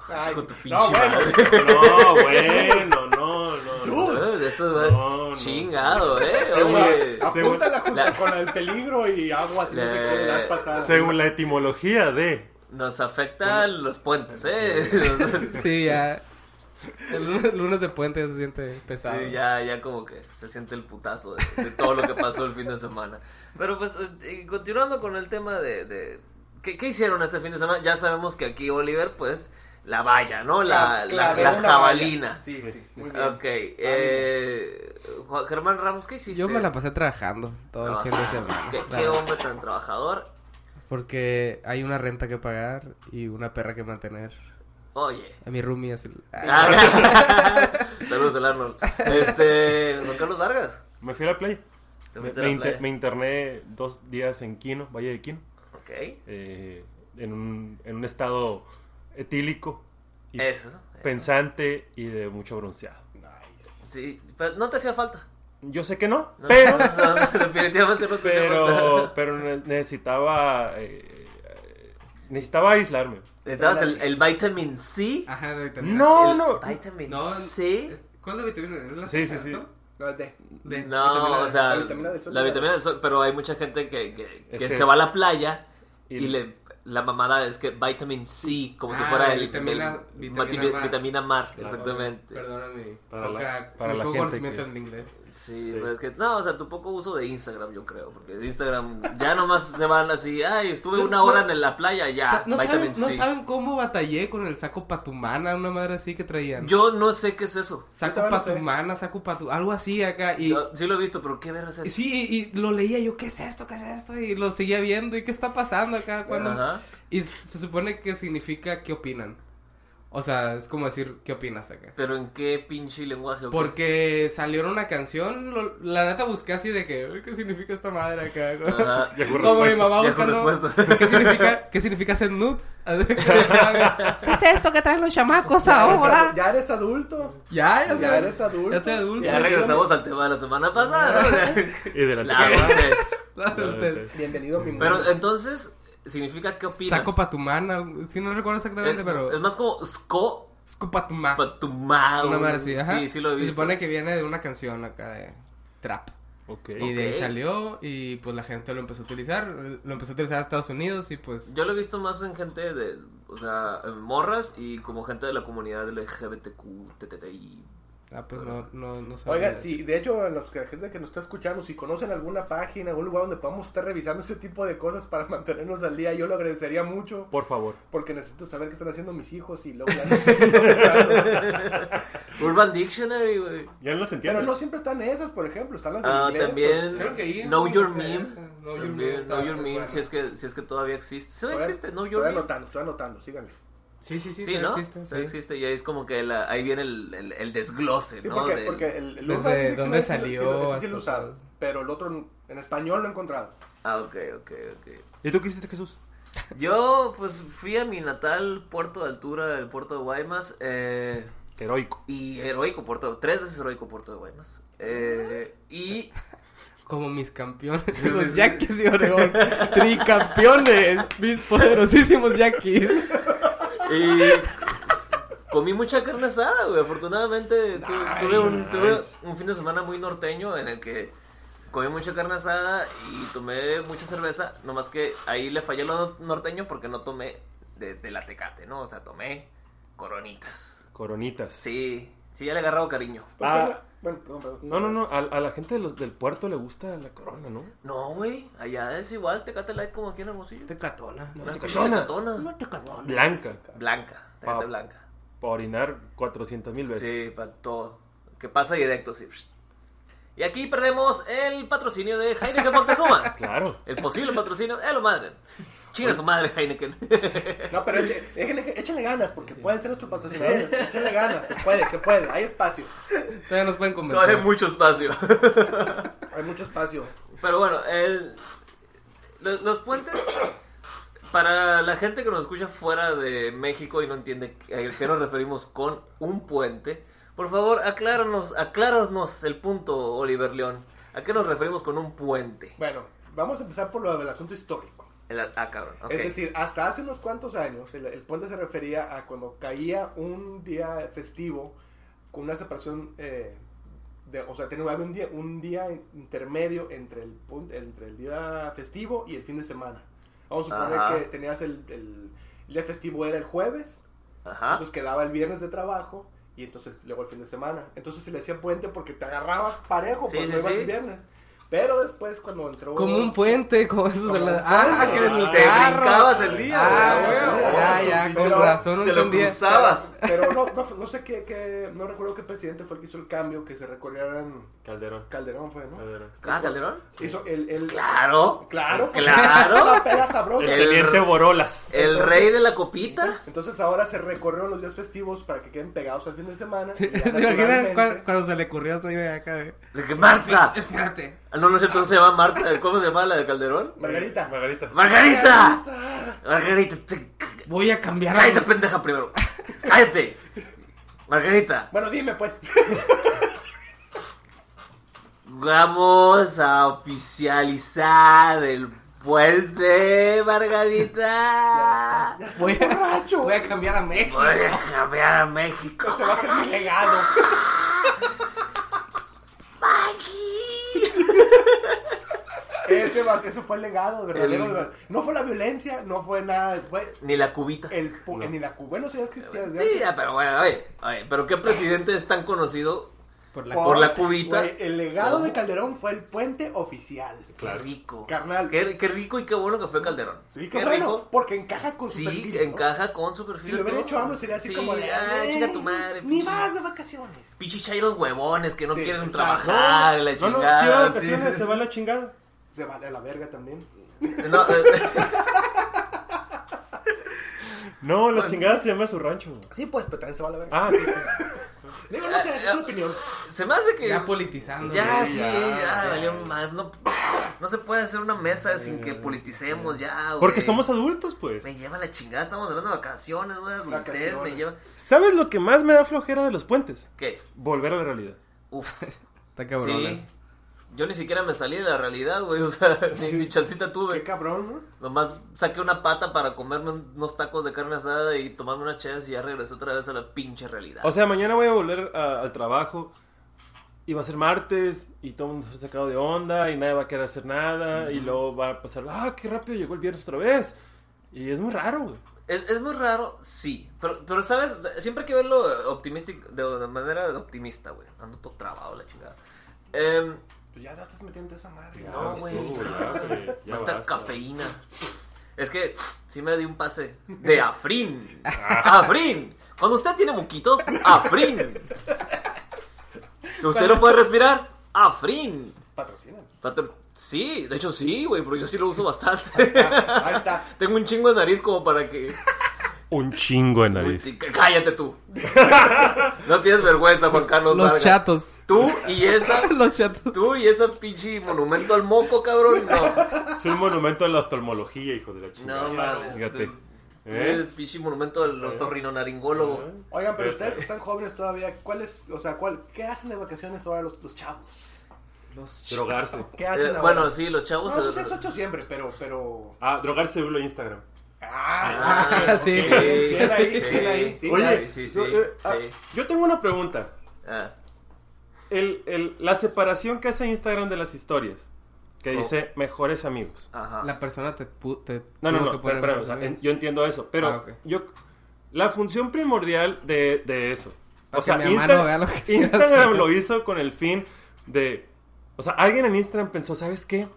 [SPEAKER 4] Ay,
[SPEAKER 2] Hijo de tu
[SPEAKER 4] no,
[SPEAKER 2] pinche
[SPEAKER 4] bueno.
[SPEAKER 3] No, bueno, no, no. no.
[SPEAKER 2] madre. Esto es
[SPEAKER 3] No, no.
[SPEAKER 2] chingado, ¿eh?
[SPEAKER 3] Según-
[SPEAKER 2] Oye.
[SPEAKER 3] según-
[SPEAKER 4] Apúntala junto
[SPEAKER 2] la-
[SPEAKER 4] con el peligro y aguas y no sé qué
[SPEAKER 2] La-
[SPEAKER 4] las pasadas.
[SPEAKER 3] Según la etimología de.
[SPEAKER 2] Nos afectan los puentes, ¿eh?
[SPEAKER 1] Sí, ya. El lunes, lunes de puente ya se siente pesado.
[SPEAKER 2] Sí, ya, ya como que se siente el putazo de, de todo lo que pasó el fin de semana. Pero pues, eh, y continuando con el tema de... de- ¿qué, qué hicieron este fin de semana? Ya sabemos que aquí Oliver, pues, la valla, ¿no? La, la,
[SPEAKER 4] Clavé
[SPEAKER 2] la
[SPEAKER 4] una
[SPEAKER 2] jabalina.
[SPEAKER 4] valla. Sí, sí, muy bien. Ah,
[SPEAKER 2] Ok, eh, Juan- Germán Ramos, ¿qué hiciste?
[SPEAKER 1] Yo me la pasé trabajando todo el fin de semana.
[SPEAKER 2] Ah, ¿Qué,
[SPEAKER 1] la
[SPEAKER 2] qué
[SPEAKER 1] verdad.
[SPEAKER 2] hombre tan trabajador.
[SPEAKER 1] Porque hay una renta que pagar y una perra que mantener.
[SPEAKER 2] Oye.
[SPEAKER 1] A mi roomie Ah, así.
[SPEAKER 2] Ah, Saludos al Arnold. Este, Juan Carlos Vargas.
[SPEAKER 3] Me fui a la playa.
[SPEAKER 2] ¿Te
[SPEAKER 3] Me,
[SPEAKER 2] fuiste
[SPEAKER 3] me
[SPEAKER 2] a la
[SPEAKER 3] inter-
[SPEAKER 2] playa?
[SPEAKER 3] me interné dos días en Quino, Valle de Quino.
[SPEAKER 2] Ok.
[SPEAKER 3] eh, en, un, en un estado etílico. Y
[SPEAKER 2] Eso, eso.
[SPEAKER 3] Pensante y de mucho bronceado.
[SPEAKER 2] Sí, pero no te hacía falta.
[SPEAKER 3] Yo sé que no,
[SPEAKER 2] No, no,
[SPEAKER 3] pero.
[SPEAKER 2] no, definitivamente no te hacía
[SPEAKER 3] pero
[SPEAKER 2] falta.
[SPEAKER 3] pero ne- necesitaba eh, eh, necesitaba aislarme
[SPEAKER 2] Necesitabas el, el vitamin C.
[SPEAKER 1] Ajá, la vitamina
[SPEAKER 3] no
[SPEAKER 2] el
[SPEAKER 3] no
[SPEAKER 2] Vitamin
[SPEAKER 1] Ah. No,
[SPEAKER 2] C.
[SPEAKER 1] Es- ¿Cuál es la vitamina? ¿Es la
[SPEAKER 3] Sí, sí, sí.
[SPEAKER 1] sol?
[SPEAKER 4] No, de-
[SPEAKER 1] De- vitamina
[SPEAKER 2] No, o
[SPEAKER 1] D.
[SPEAKER 2] sea,
[SPEAKER 4] la vitamina del sol.
[SPEAKER 2] la vitamina del sol, pero hay mucha gente que, que- que
[SPEAKER 3] Ese
[SPEAKER 2] se
[SPEAKER 3] es.
[SPEAKER 2] va a la playa y,
[SPEAKER 3] Y-
[SPEAKER 2] le la mamada es que vitamin C, como si
[SPEAKER 1] Ah,
[SPEAKER 2] fuera
[SPEAKER 1] la
[SPEAKER 2] el
[SPEAKER 1] vitamina-
[SPEAKER 2] el-
[SPEAKER 1] vitamina
[SPEAKER 2] mati-
[SPEAKER 1] mar.
[SPEAKER 2] vitamina mar,
[SPEAKER 3] Claro.
[SPEAKER 2] exactamente.
[SPEAKER 1] Perdóname.
[SPEAKER 3] Para la-
[SPEAKER 1] poca-
[SPEAKER 3] para
[SPEAKER 1] muy
[SPEAKER 3] la
[SPEAKER 1] poco
[SPEAKER 3] gente
[SPEAKER 1] conocimiento
[SPEAKER 3] que-
[SPEAKER 1] en inglés.
[SPEAKER 2] Sí,
[SPEAKER 3] Sí.
[SPEAKER 2] pues es que no, o sea, tu poco uso de Instagram, yo creo, porque de Instagram ya nomás se van así, ay, estuve
[SPEAKER 1] No,
[SPEAKER 2] una
[SPEAKER 1] no.
[SPEAKER 2] hora en la playa,
[SPEAKER 1] O
[SPEAKER 2] ya,
[SPEAKER 1] sea, ¿no, saben,
[SPEAKER 2] vitamin
[SPEAKER 1] no
[SPEAKER 2] C.
[SPEAKER 1] saben cómo batallé con el saco patumana, una madre así que traían.
[SPEAKER 2] Yo no sé qué es eso.
[SPEAKER 1] saco
[SPEAKER 4] Yo todavía no sé.
[SPEAKER 1] patumana, saco patu... Algo así acá. Y,
[SPEAKER 2] Yo sí lo he visto, pero qué vergas
[SPEAKER 1] y
[SPEAKER 2] es.
[SPEAKER 1] sí, y, y lo leía yo, ¿qué es esto? ¿Qué es esto? Y lo seguía viendo, ¿y qué está pasando acá? cuando
[SPEAKER 2] Ajá.
[SPEAKER 1] Y s- se supone que significa ¿qué opinan? O sea, es como decir ¿qué opinas acá?
[SPEAKER 2] Pero en qué pinche lenguaje. o qué?
[SPEAKER 1] Porque salió en una canción, lo- la neta busqué así de que, "Ay, ¿qué significa esta madre acá?
[SPEAKER 2] Ajá.
[SPEAKER 3] Ya con
[SPEAKER 1] Como mi
[SPEAKER 3] respuestas.
[SPEAKER 1] mamá
[SPEAKER 2] ya con
[SPEAKER 1] buscando,
[SPEAKER 2] respuestas.
[SPEAKER 1] ¿qué significa, ¿qué significa hacer nudes? ¿Qué es esto que traen los chamacos
[SPEAKER 4] Ya eres adu- Ya eres adulto.
[SPEAKER 1] Ya, ya,
[SPEAKER 4] Ya
[SPEAKER 1] soy-
[SPEAKER 4] eres adulto.
[SPEAKER 1] Ya soy adulto.
[SPEAKER 2] Ya regresamos al tema de la semana pasada. ¿no?
[SPEAKER 3] y de la
[SPEAKER 2] La adultez.
[SPEAKER 1] La
[SPEAKER 2] Ah,
[SPEAKER 1] adultez.
[SPEAKER 4] Bienvenido, mi mundo.
[SPEAKER 2] Pero eh, entonces, ¿significa qué opinas?
[SPEAKER 1] Saco pa' tu mana, sí, no recuerdo exactamente,
[SPEAKER 2] es,
[SPEAKER 1] pero
[SPEAKER 2] es más como sco
[SPEAKER 1] saco pa' tu ma.
[SPEAKER 2] patumado.
[SPEAKER 1] Una madre así, ajá.
[SPEAKER 2] Sí, sí lo he
[SPEAKER 1] Y Se
[SPEAKER 2] visto.
[SPEAKER 1] supone que viene de una canción acá de trap.
[SPEAKER 3] Ok.
[SPEAKER 1] Y de ahí
[SPEAKER 2] Ok.
[SPEAKER 1] salió y pues la gente lo empezó a utilizar, lo empezó a utilizar a Estados Unidos y pues...
[SPEAKER 2] Yo lo he visto más en gente de, o sea, en morras y como gente de la comunidad LGBTQ, TTTI.
[SPEAKER 1] Ah, pues no, no, no sabía.
[SPEAKER 4] Oiga, sí, de hecho, a los que, gente que nos está escuchando, si conocen alguna página, algún lugar donde podamos estar revisando este tipo de cosas para mantenernos al día, yo lo agradecería mucho.
[SPEAKER 3] por favor
[SPEAKER 4] Porque necesito saber qué están haciendo mis hijos y luego ya no sé qué están usando.
[SPEAKER 2] Urban Dictionary, güey.
[SPEAKER 3] ya no lo sentí
[SPEAKER 4] Pero no siempre están esas, por ejemplo, están las de
[SPEAKER 2] Ah,
[SPEAKER 4] inglés,
[SPEAKER 2] también
[SPEAKER 1] Creo que ahí
[SPEAKER 2] Know
[SPEAKER 1] es
[SPEAKER 2] Your
[SPEAKER 1] como que
[SPEAKER 2] Meme.
[SPEAKER 1] esa, Know Your Meme
[SPEAKER 2] También
[SPEAKER 1] está
[SPEAKER 2] Know Your
[SPEAKER 1] muy
[SPEAKER 2] Meme,
[SPEAKER 1] buena.
[SPEAKER 2] si es que si es que todavía existe. Sí,
[SPEAKER 4] pues,
[SPEAKER 2] existe Know Your
[SPEAKER 4] Estoy
[SPEAKER 2] Meme.
[SPEAKER 4] anotando, estoy anotando, síganme.
[SPEAKER 1] Sí, sí, sí,
[SPEAKER 2] Sí,
[SPEAKER 1] todavía
[SPEAKER 2] ¿no?
[SPEAKER 1] existe,
[SPEAKER 2] Sí,
[SPEAKER 1] sí.
[SPEAKER 2] existe y ahí es como que la- ahí viene el, el, el desglose,
[SPEAKER 4] Sí,
[SPEAKER 2] ¿no?
[SPEAKER 4] porque,
[SPEAKER 2] De-
[SPEAKER 4] porque el, el
[SPEAKER 1] Desde
[SPEAKER 4] Urban Dictionary
[SPEAKER 1] dónde
[SPEAKER 4] sí lo- sí lo-
[SPEAKER 1] salió
[SPEAKER 4] ese sí
[SPEAKER 1] hasta
[SPEAKER 4] lo he usado,
[SPEAKER 1] todo.
[SPEAKER 4] pero el otro en- en español no he encontrado.
[SPEAKER 2] Ah, ok, ok, ok.
[SPEAKER 3] y tú qué hiciste Jesús
[SPEAKER 2] Yo, pues, fui a mi natal puerto de altura, el puerto de Guaymas, eh,
[SPEAKER 3] heroico
[SPEAKER 2] y heroico puerto, tres veces heroico puerto de Guaymas. Eh, y
[SPEAKER 1] Como mis campeones, los Yankees de Oregón. Tricampeones, mis poderosísimos Yankees.
[SPEAKER 2] Y comí mucha carne asada, güey. Afortunadamente tu- tuve, un, tuve un fin de semana muy norteño en el que comí mucha carne asada y tomé mucha cerveza. Nomás que ahí le fallé lo norteño porque no tomé de, de la tecate, ¿no? O sea, tomé coronitas.
[SPEAKER 3] coronitas
[SPEAKER 2] Sí, sí, ya le he agarrado cariño.
[SPEAKER 4] Pues,
[SPEAKER 3] Ah,
[SPEAKER 4] con la- Bueno, perdón, perdón.
[SPEAKER 3] No, no, no. A, a la gente de los, del puerto le gusta la corona, ¿no?
[SPEAKER 2] No, güey. Allá es igual, Tecate Light como aquí en Hermosillo.
[SPEAKER 1] Tecatona.
[SPEAKER 2] Una
[SPEAKER 3] Tecatona.
[SPEAKER 2] Tecatona.
[SPEAKER 3] Blanca.
[SPEAKER 2] Blanca, Tecate
[SPEAKER 3] Pa-
[SPEAKER 2] Blanca.
[SPEAKER 3] Para orinar 400 mil veces.
[SPEAKER 2] Sí, para todo. Que pasa directo, sí. Y aquí perdemos el patrocinio de Heineken Montezuma.
[SPEAKER 3] Claro.
[SPEAKER 2] El posible patrocinio, eh, lo madre. Chinga su madre, Heineken.
[SPEAKER 4] No, pero eche- échenle, échenle ganas, porque pueden ser nuestros patrocinadores. Échenle ganas, se puede, se puede. Hay espacio,
[SPEAKER 1] Todavía nos pueden
[SPEAKER 2] Todavía
[SPEAKER 1] convencer.
[SPEAKER 2] hay mucho espacio.
[SPEAKER 4] hay mucho espacio.
[SPEAKER 2] Pero bueno, el- lo- los, puentes, para la gente que nos escucha fuera de México y no entiende a qué nos referimos con un puente, por favor, acláranos, acláranos el punto, Oliver León. ¿A qué nos referimos con un puente?
[SPEAKER 4] Bueno, vamos a empezar por lo del asunto histórico.
[SPEAKER 2] El- ah, cabrón. ok.
[SPEAKER 4] Es decir, hasta hace unos cuantos años, el, el puente se refería a cuando caía un día festivo con una separación, eh, de, o sea, tenía había un día, un día intermedio entre el, pun- entre el día festivo y el fin de semana. Vamos a suponer
[SPEAKER 2] Ajá.
[SPEAKER 4] que tenías el, el- el día festivo era el jueves,
[SPEAKER 2] Ajá.
[SPEAKER 4] entonces quedaba el viernes de trabajo y entonces luego el fin de semana. Entonces se le decía puente porque te agarrabas parejo
[SPEAKER 2] Sí,
[SPEAKER 4] cuando
[SPEAKER 2] sí,
[SPEAKER 4] ibas
[SPEAKER 2] sí.
[SPEAKER 4] el viernes. Pero después cuando entró...
[SPEAKER 1] Como un puente, como esos de la. Ah, que eres el
[SPEAKER 2] Te
[SPEAKER 1] carro.
[SPEAKER 2] brincabas el día,
[SPEAKER 1] Ah,
[SPEAKER 2] güey.
[SPEAKER 1] güey,
[SPEAKER 2] Ah,
[SPEAKER 1] Ya, ya,
[SPEAKER 4] su
[SPEAKER 1] con
[SPEAKER 4] pinche-
[SPEAKER 1] razón, no
[SPEAKER 2] Te lo
[SPEAKER 1] entendía.
[SPEAKER 2] cruzabas.
[SPEAKER 4] Pero no, no, no sé qué, qué- no recuerdo qué presidente fue el que hizo el cambio, que se recorrieran
[SPEAKER 3] Calderón.
[SPEAKER 4] Calderón fue, ¿no?
[SPEAKER 3] Calderón.
[SPEAKER 2] Ah, Calderón.
[SPEAKER 4] Hizo el, el-
[SPEAKER 2] Pues Claro.
[SPEAKER 4] claro, pues,
[SPEAKER 2] Claro.
[SPEAKER 4] una peda sabrosa.
[SPEAKER 2] El-
[SPEAKER 3] Teniente Borolas.
[SPEAKER 2] El rey de la copita.
[SPEAKER 4] Entonces ahora se recorrieron los días festivos para que queden pegados al fin de semana.
[SPEAKER 1] Sí,
[SPEAKER 4] y ya
[SPEAKER 1] ¿Se imaginan
[SPEAKER 4] naturalmente-
[SPEAKER 1] cua- cuando se le ocurrió esa idea acá de.
[SPEAKER 2] De que Marta.
[SPEAKER 1] Espérate.
[SPEAKER 2] Ah, No, no es cierto, no se llama Marta. ¿Cómo se llama la de Calderón?
[SPEAKER 4] Margarita.
[SPEAKER 3] Margarita.
[SPEAKER 2] Margarita. Margarita. te-
[SPEAKER 1] Voy a cambiar
[SPEAKER 2] Cállate,
[SPEAKER 1] algo.
[SPEAKER 2] pendeja, primero. Cállate. Margarita.
[SPEAKER 4] Bueno, dime pues.
[SPEAKER 2] Vamos a oficializar el puente, Margarita.
[SPEAKER 1] Voy a,
[SPEAKER 4] borracho.
[SPEAKER 1] voy a cambiar a México.
[SPEAKER 2] Voy a cambiar a México.
[SPEAKER 4] Se va a hacer mi legado. Ese, va- ese fue el legado, verdadero.
[SPEAKER 2] El-
[SPEAKER 4] verdadero. No fue la violencia, no fue nada. Fue
[SPEAKER 2] Ni la cubita.
[SPEAKER 4] el. pu- Ni la cu- Bueno, si es cristiano. ya
[SPEAKER 2] Sí, ya, pero bueno, a ver, a ver, pero ¿qué presidente es tan conocido?
[SPEAKER 1] Por la
[SPEAKER 2] Por la cubita.
[SPEAKER 4] Güey, el legado de Calderón fue el puente oficial.
[SPEAKER 2] Qué rico.
[SPEAKER 4] Carnal.
[SPEAKER 2] Qué, qué rico y qué bueno que fue Calderón.
[SPEAKER 4] Sí,
[SPEAKER 2] qué
[SPEAKER 4] qué bueno, porque encaja con su
[SPEAKER 2] Sí,
[SPEAKER 4] perfil, ¿no?
[SPEAKER 2] encaja con su perfil.
[SPEAKER 4] Si lo hubiera
[SPEAKER 2] todo.
[SPEAKER 4] hecho AMLO sería así
[SPEAKER 2] Sí,
[SPEAKER 4] como de...
[SPEAKER 2] Ah,
[SPEAKER 4] "Ay,
[SPEAKER 2] chinga tu madre.
[SPEAKER 4] Ni
[SPEAKER 2] pinche-
[SPEAKER 4] vas de vacaciones.
[SPEAKER 2] Pinche chairos huevones que no
[SPEAKER 4] Sí,
[SPEAKER 2] quieren
[SPEAKER 4] exacto.
[SPEAKER 2] trabajar, la
[SPEAKER 3] No, no, si va
[SPEAKER 2] chingada.
[SPEAKER 3] de
[SPEAKER 2] sí,
[SPEAKER 3] vacaciones,
[SPEAKER 2] sí, sí.
[SPEAKER 3] se va la chingada.
[SPEAKER 4] Se vale a la verga también.
[SPEAKER 2] No, eh,
[SPEAKER 3] No, la chingada se llama su rancho.
[SPEAKER 4] Sí, pues, pero también se va a la verga.
[SPEAKER 3] Ah, sí, sí.
[SPEAKER 4] Digo, no sé, es su opinión.
[SPEAKER 2] eh, se me hace que.
[SPEAKER 1] Ya politizando.
[SPEAKER 2] Ya,
[SPEAKER 1] güey,
[SPEAKER 2] sí,
[SPEAKER 1] ya.
[SPEAKER 2] ya, valió más. No, no se puede hacer una mesa sin que politicemos ya, güey.
[SPEAKER 3] Porque somos adultos, pues.
[SPEAKER 2] Me lleva la chingada, estamos hablando de vacaciones, güey, adultez, me
[SPEAKER 4] Vacaciones.
[SPEAKER 2] lleva.
[SPEAKER 3] ¿Sabes lo que más me da flojera de los puentes?
[SPEAKER 2] ¿Qué?
[SPEAKER 3] Volver a la realidad.
[SPEAKER 2] Uf.
[SPEAKER 1] Está cabrón.
[SPEAKER 2] Sí. Yo ni siquiera me salí de la realidad, güey. O sea, ni, ni chancita
[SPEAKER 4] Qué
[SPEAKER 2] tuve.
[SPEAKER 4] cabrón, ¿no?
[SPEAKER 2] Nomás saqué una pata para comerme un- unos tacos de carne asada y tomarme unas cheves y ya regresé otra vez a la pinche realidad.
[SPEAKER 3] O sea, mañana voy a volver a- al trabajo. Y va a ser martes y todo el mundo está sacado de onda y nadie va a querer hacer nada. Y luego va a pasar, ah, qué rápido llegó el viernes otra vez. Y es muy raro, güey.
[SPEAKER 2] es, es muy raro, sí. Pero, pero, ¿sabes? Siempre hay que verlo eh, optimistic- de, de manera optimista, güey. Ando todo trabado, la chingada. Em,
[SPEAKER 4] Pues ya no estás metiendo esa madre.
[SPEAKER 2] no, güey. Falta cafeína. Es que sí me di un pase de Afrin. Afrin. Cuando usted tiene moquitos, Afrin. Si usted no puede respirar, Afrin.
[SPEAKER 4] Patrocina.
[SPEAKER 2] Patro- Sí, de hecho sí, güey, pero yo sí lo uso bastante.
[SPEAKER 4] Ahí está.
[SPEAKER 2] Tengo un chingo de nariz como para que...
[SPEAKER 3] Un chingo de nariz.
[SPEAKER 2] Uy, Cállate tú. No tienes vergüenza, Juan Carlos.
[SPEAKER 1] Los
[SPEAKER 2] Vargas.
[SPEAKER 1] chatos.
[SPEAKER 2] Tú y esa...
[SPEAKER 1] Los chatos.
[SPEAKER 2] Tú y esa pinche monumento al moco, cabrón. No,
[SPEAKER 3] Es un monumento a la oftalmología, hijo de la chingada.
[SPEAKER 2] no mames.
[SPEAKER 3] Fíjate.
[SPEAKER 2] Tú- tú
[SPEAKER 3] ¿Eh?
[SPEAKER 2] eres pinche monumento del otorrinolaringólogo.
[SPEAKER 4] Oigan, pero
[SPEAKER 3] Vete.
[SPEAKER 4] ustedes que están jóvenes todavía, ¿cuál es, o sea, cuál, qué hacen de vacaciones ahora los, los chavos?
[SPEAKER 1] Los chatos.
[SPEAKER 3] Drogarse.
[SPEAKER 4] ¿Qué hacen
[SPEAKER 2] Eh,
[SPEAKER 4] ahora?
[SPEAKER 2] bueno, sí, los chavos.
[SPEAKER 4] No,
[SPEAKER 2] se-
[SPEAKER 4] eso se ha hecho siempre, pero, pero...
[SPEAKER 3] Ah, drogarse lo Instagram.
[SPEAKER 4] Ah,
[SPEAKER 2] Ah,
[SPEAKER 1] sí.
[SPEAKER 2] ok.
[SPEAKER 4] Bien ahí,
[SPEAKER 2] Sí,
[SPEAKER 4] bien ahí, sí.
[SPEAKER 2] Oye, sí, sí,
[SPEAKER 3] yo, eh, ah,
[SPEAKER 2] sí.
[SPEAKER 3] yo tengo una pregunta.
[SPEAKER 2] Ah,
[SPEAKER 3] El, el- la separación que hace Instagram de las historias, que
[SPEAKER 2] Oh.
[SPEAKER 3] dice mejores amigos.
[SPEAKER 2] Ah, ajá.
[SPEAKER 1] La persona te. pu- te
[SPEAKER 3] No, no,
[SPEAKER 1] tuvo
[SPEAKER 3] no,
[SPEAKER 1] que
[SPEAKER 3] pero,
[SPEAKER 1] poner Ah,
[SPEAKER 3] pero,
[SPEAKER 1] los
[SPEAKER 3] o sea, en-
[SPEAKER 1] amigos.
[SPEAKER 3] yo entiendo eso, pero
[SPEAKER 1] Ah, ok.
[SPEAKER 3] yo la función primordial de, de eso O sea,
[SPEAKER 1] mi
[SPEAKER 3] Insta-
[SPEAKER 1] hermano vea lo que estoy
[SPEAKER 3] Instagram
[SPEAKER 1] haciendo.
[SPEAKER 3] lo hizo con el fin de... O sea, alguien en Instagram pensó, ¿sabes qué?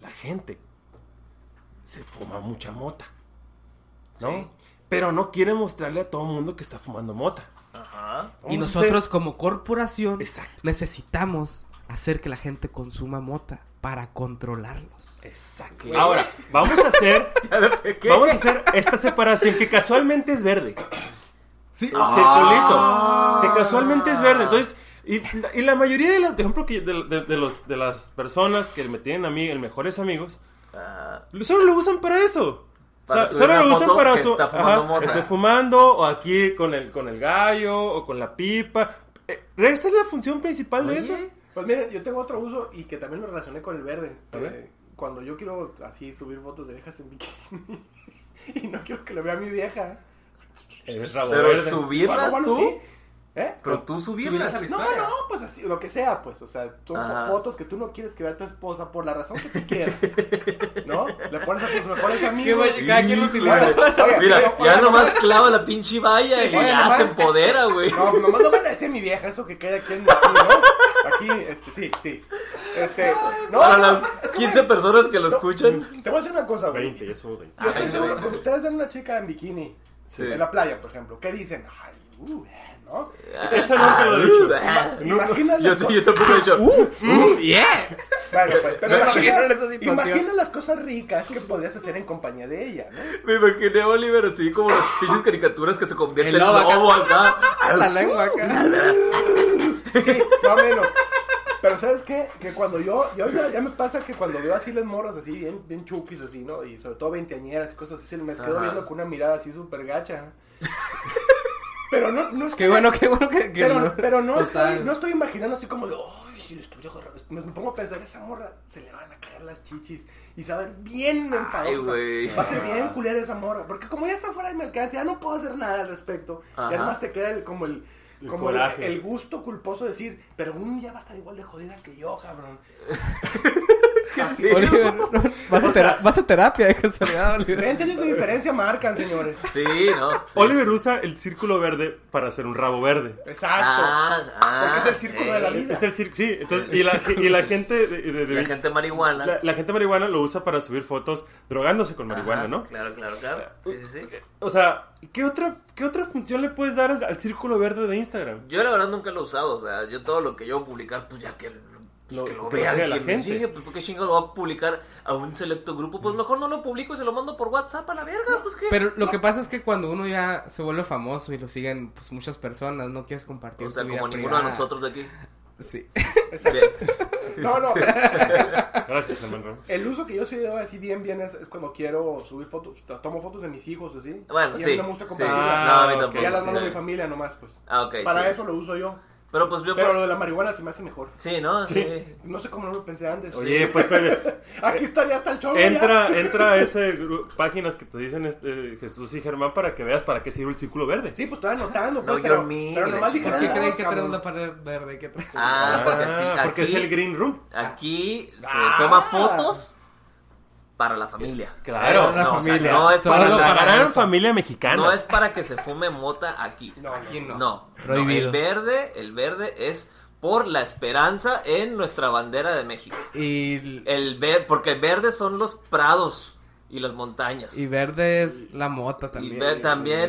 [SPEAKER 3] La gente se fuma mucha mota, ¿no?
[SPEAKER 2] Sí.
[SPEAKER 3] Pero no quiere mostrarle a todo el mundo que está fumando mota.
[SPEAKER 2] Ajá.
[SPEAKER 1] Y
[SPEAKER 3] Vamos a
[SPEAKER 1] nosotros
[SPEAKER 3] hacer-
[SPEAKER 1] como corporación
[SPEAKER 3] Exacto.
[SPEAKER 1] necesitamos hacer que la gente consuma mota para controlarlos.
[SPEAKER 3] Exacto. Ahora, vamos a hacer...
[SPEAKER 2] ¿Qué?
[SPEAKER 3] Vamos a hacer esta separación que casualmente es verde.
[SPEAKER 1] Sí.
[SPEAKER 2] Ah.
[SPEAKER 3] circulito. Que casualmente es verde. Entonces, y, y la mayoría de las, por ejemplo, que de, de- de los, de las personas que me tienen a mí, el mejores amigos,
[SPEAKER 2] Ah,
[SPEAKER 3] lo- solo lo usan para eso.
[SPEAKER 2] Para
[SPEAKER 3] O sea,
[SPEAKER 2] subir
[SPEAKER 3] solo
[SPEAKER 2] una
[SPEAKER 3] lo usan
[SPEAKER 2] foto
[SPEAKER 3] para
[SPEAKER 2] que
[SPEAKER 3] su.
[SPEAKER 2] está fumando mota.
[SPEAKER 3] estoy fumando, o aquí con el, con el gallo, o con la pipa. Eh, esa es la función principal de eso.
[SPEAKER 4] Pues miren, yo tengo otro uso y que también lo relacioné con el verde.
[SPEAKER 3] A ver.
[SPEAKER 4] Eh, cuando yo quiero así subir fotos de viejas en bikini y no quiero que lo vea mi vieja.
[SPEAKER 3] Es rabo
[SPEAKER 2] pero
[SPEAKER 3] verde.
[SPEAKER 2] subirlas
[SPEAKER 4] Bueno, bueno,
[SPEAKER 2] tú.
[SPEAKER 4] sí. ¿Eh?
[SPEAKER 2] Pero tú subirlas.
[SPEAKER 1] Subirlas a la
[SPEAKER 4] No,
[SPEAKER 1] historia.
[SPEAKER 4] no, pues así, lo que sea, pues, o sea, son
[SPEAKER 2] Ajá.
[SPEAKER 4] fotos que tú no quieres que vea tu esposa por la razón que tú quieras, ¿no? Le pones a tus mejores
[SPEAKER 1] Qué
[SPEAKER 4] amigos.
[SPEAKER 1] güey, cada quien lo
[SPEAKER 2] Híjole.
[SPEAKER 1] utiliza.
[SPEAKER 4] Oiga,
[SPEAKER 2] Mira,
[SPEAKER 4] pero-
[SPEAKER 2] ya nomás clava la pinche valla y
[SPEAKER 4] Oye,
[SPEAKER 2] ya
[SPEAKER 4] nomás-
[SPEAKER 2] se empodera, güey.
[SPEAKER 4] No, nomás no van a decir mi vieja, eso que queda aquí en aquí, ¿no? Aquí, este, sí, sí. Este, no,
[SPEAKER 2] Para
[SPEAKER 4] no,
[SPEAKER 2] las
[SPEAKER 4] es que,
[SPEAKER 2] 15
[SPEAKER 4] güey,
[SPEAKER 2] personas que lo
[SPEAKER 4] no,
[SPEAKER 2] escuchan.
[SPEAKER 4] Te voy a decir una cosa, güey.
[SPEAKER 3] 20, yo subo 20.
[SPEAKER 4] Yo estoy
[SPEAKER 2] Ay,
[SPEAKER 4] seguro
[SPEAKER 2] güey.
[SPEAKER 4] que ustedes ven una chica en bikini
[SPEAKER 2] Sí.
[SPEAKER 4] en la playa, por ejemplo. ¿Qué dicen? Ay, uh, eh, ¿no?
[SPEAKER 3] Eso nunca lo he dicho.
[SPEAKER 2] Ah,
[SPEAKER 4] Imaginas
[SPEAKER 2] Yo,
[SPEAKER 4] las
[SPEAKER 2] yo tampoco he hecho.
[SPEAKER 1] Uh, mm, yeah.
[SPEAKER 4] Bueno, pues, pero
[SPEAKER 1] Me
[SPEAKER 4] imaginas-
[SPEAKER 1] imagino en esa situación.
[SPEAKER 4] Imagina las cosas ricas que podrías hacer en compañía de ella, ¿no?
[SPEAKER 2] Me imaginé a Oliver así como las pinches caricaturas que se convierte
[SPEAKER 1] El
[SPEAKER 2] en
[SPEAKER 1] lobo acá.
[SPEAKER 2] lobo acá.
[SPEAKER 1] La lengua acá.
[SPEAKER 4] Sí, más o menos. Pero ¿sabes qué? Que cuando yo, yo ya, ya me pasa que cuando veo así las morras así, bien, bien chukis así, ¿no? Y sobre todo veinteañeras y cosas así, me quedo
[SPEAKER 2] Ajá.
[SPEAKER 4] viendo con una mirada así súper gacha. Pero no, no es
[SPEAKER 1] Qué bueno, qué bueno que, que
[SPEAKER 4] pero,
[SPEAKER 1] lo-
[SPEAKER 4] pero no,
[SPEAKER 1] lo
[SPEAKER 4] estoy,
[SPEAKER 1] saben.
[SPEAKER 4] no estoy imaginando así como de, ay, si le estoy agarrando. Me, me pongo a pensar, esa morra se le van a caer las chichis y saber bien
[SPEAKER 2] Ay,
[SPEAKER 4] enfadosa.
[SPEAKER 2] güey.
[SPEAKER 4] Va a ser bien culera esa morra. Porque como ya está fuera de mi alcance, ya no puedo hacer nada al respecto.
[SPEAKER 2] Ajá.
[SPEAKER 4] Ya nomás te queda el, como el.
[SPEAKER 3] El
[SPEAKER 4] Como el,
[SPEAKER 3] coraje.
[SPEAKER 4] el gusto culposo de decir, pero un día va a estar igual de jodida que yo, cabrón.
[SPEAKER 1] Oliver, no, no, vas, a tera- vas a terapia de casualidad, Oliver.
[SPEAKER 4] 20 años de diferencia marcan, señores.
[SPEAKER 2] Sí, no. sí.
[SPEAKER 3] Oliver usa el círculo verde para hacer un rabo verde.
[SPEAKER 4] Exacto.
[SPEAKER 2] Ah, ah,
[SPEAKER 4] Porque es el círculo de la vida.
[SPEAKER 3] Es el círculo, sí. Entonces, y, la, y la gente de- de- de-
[SPEAKER 2] La gente marihuana.
[SPEAKER 3] La, la gente marihuana lo usa para subir fotos drogándose con marihuana,
[SPEAKER 2] Ajá,
[SPEAKER 3] ¿no?
[SPEAKER 2] Claro, claro, claro. Sí, sí, sí.
[SPEAKER 3] O sea, ¿qué otra, ¿qué otra función le puedes dar al, al círculo verde de Instagram?
[SPEAKER 2] Yo la verdad nunca lo he usado, o sea, yo todo lo que yo voy a publicar, pues ya que lo, que lo
[SPEAKER 3] que lo
[SPEAKER 2] vean,
[SPEAKER 3] vea
[SPEAKER 2] que
[SPEAKER 3] la
[SPEAKER 2] me
[SPEAKER 3] gente.
[SPEAKER 2] sigue, pues porque chingados lo voy a publicar a un selecto grupo, pues mejor no lo publico y se lo mando por WhatsApp a la verga, pues qué.
[SPEAKER 1] Pero lo que pasa es que cuando uno ya se vuelve famoso y lo siguen pues, muchas personas, no quieres compartir
[SPEAKER 2] o sea,
[SPEAKER 1] tu
[SPEAKER 2] como
[SPEAKER 1] vida
[SPEAKER 2] ninguno de
[SPEAKER 1] privada.
[SPEAKER 2] nosotros de aquí.
[SPEAKER 1] Sí.
[SPEAKER 4] Exacto.
[SPEAKER 2] Bien.
[SPEAKER 4] No, no.
[SPEAKER 3] Gracias, Herman Ramos.
[SPEAKER 4] El uso que yo sí doy así bien, bien es, es cuando quiero subir fotos, to- tomo fotos de mis hijos, así.
[SPEAKER 2] Bueno,
[SPEAKER 4] y
[SPEAKER 2] sí.
[SPEAKER 4] a mí no me gusta
[SPEAKER 2] sí.
[SPEAKER 4] compartirlas.
[SPEAKER 2] No, a mí
[SPEAKER 3] Ah,
[SPEAKER 2] tampoco.
[SPEAKER 3] ok.
[SPEAKER 4] ya las
[SPEAKER 2] sí.
[SPEAKER 4] mando a mi familia nomás, pues.
[SPEAKER 2] Ah, ok.
[SPEAKER 4] Para
[SPEAKER 2] sí.
[SPEAKER 4] eso lo uso yo.
[SPEAKER 2] Pero pues yo.
[SPEAKER 4] Pero lo de la marihuana se me hace mejor.
[SPEAKER 2] Sí, ¿no? Sí.
[SPEAKER 3] Sí.
[SPEAKER 4] No sé cómo no lo pensé antes.
[SPEAKER 3] Oye, pues espérate.
[SPEAKER 4] Aquí estaría hasta el show.
[SPEAKER 3] entra, entra a ese gru- páginas que te dicen este, Jesús y Germán para que veas para qué sirve el círculo verde.
[SPEAKER 4] Sí, pues estoy anotando. Pues,
[SPEAKER 2] No,
[SPEAKER 4] pero,
[SPEAKER 2] yo mí,
[SPEAKER 4] pero
[SPEAKER 2] la
[SPEAKER 4] nomás dije
[SPEAKER 2] chingada.
[SPEAKER 1] ¿Qué
[SPEAKER 4] no,
[SPEAKER 1] creen que
[SPEAKER 4] cabrón.
[SPEAKER 1] tenemos la pared verde? ¿Qué trae?
[SPEAKER 2] Ah, porque sí.
[SPEAKER 3] Ah,
[SPEAKER 2] Aquí,
[SPEAKER 3] porque es el green room.
[SPEAKER 2] Aquí
[SPEAKER 4] Ah.
[SPEAKER 2] se toma fotos para la familia.
[SPEAKER 3] Claro.
[SPEAKER 1] Para
[SPEAKER 2] Pero
[SPEAKER 1] la
[SPEAKER 2] no, o sea,
[SPEAKER 1] familia.
[SPEAKER 2] no es
[SPEAKER 1] Solo
[SPEAKER 2] para
[SPEAKER 3] Para la
[SPEAKER 1] para
[SPEAKER 3] gran
[SPEAKER 1] eso.
[SPEAKER 3] familia mexicana.
[SPEAKER 2] No es para que se fume mota aquí.
[SPEAKER 4] No,
[SPEAKER 1] Aquí
[SPEAKER 2] No,
[SPEAKER 1] no. Prohibido.
[SPEAKER 2] Prohibido. el verde, el verde es por la esperanza en nuestra bandera de México.
[SPEAKER 1] Y, l-
[SPEAKER 2] El ver, porque el verde son los prados y las montañas.
[SPEAKER 1] y
[SPEAKER 2] Y
[SPEAKER 1] verde es la mota
[SPEAKER 2] también,
[SPEAKER 1] también.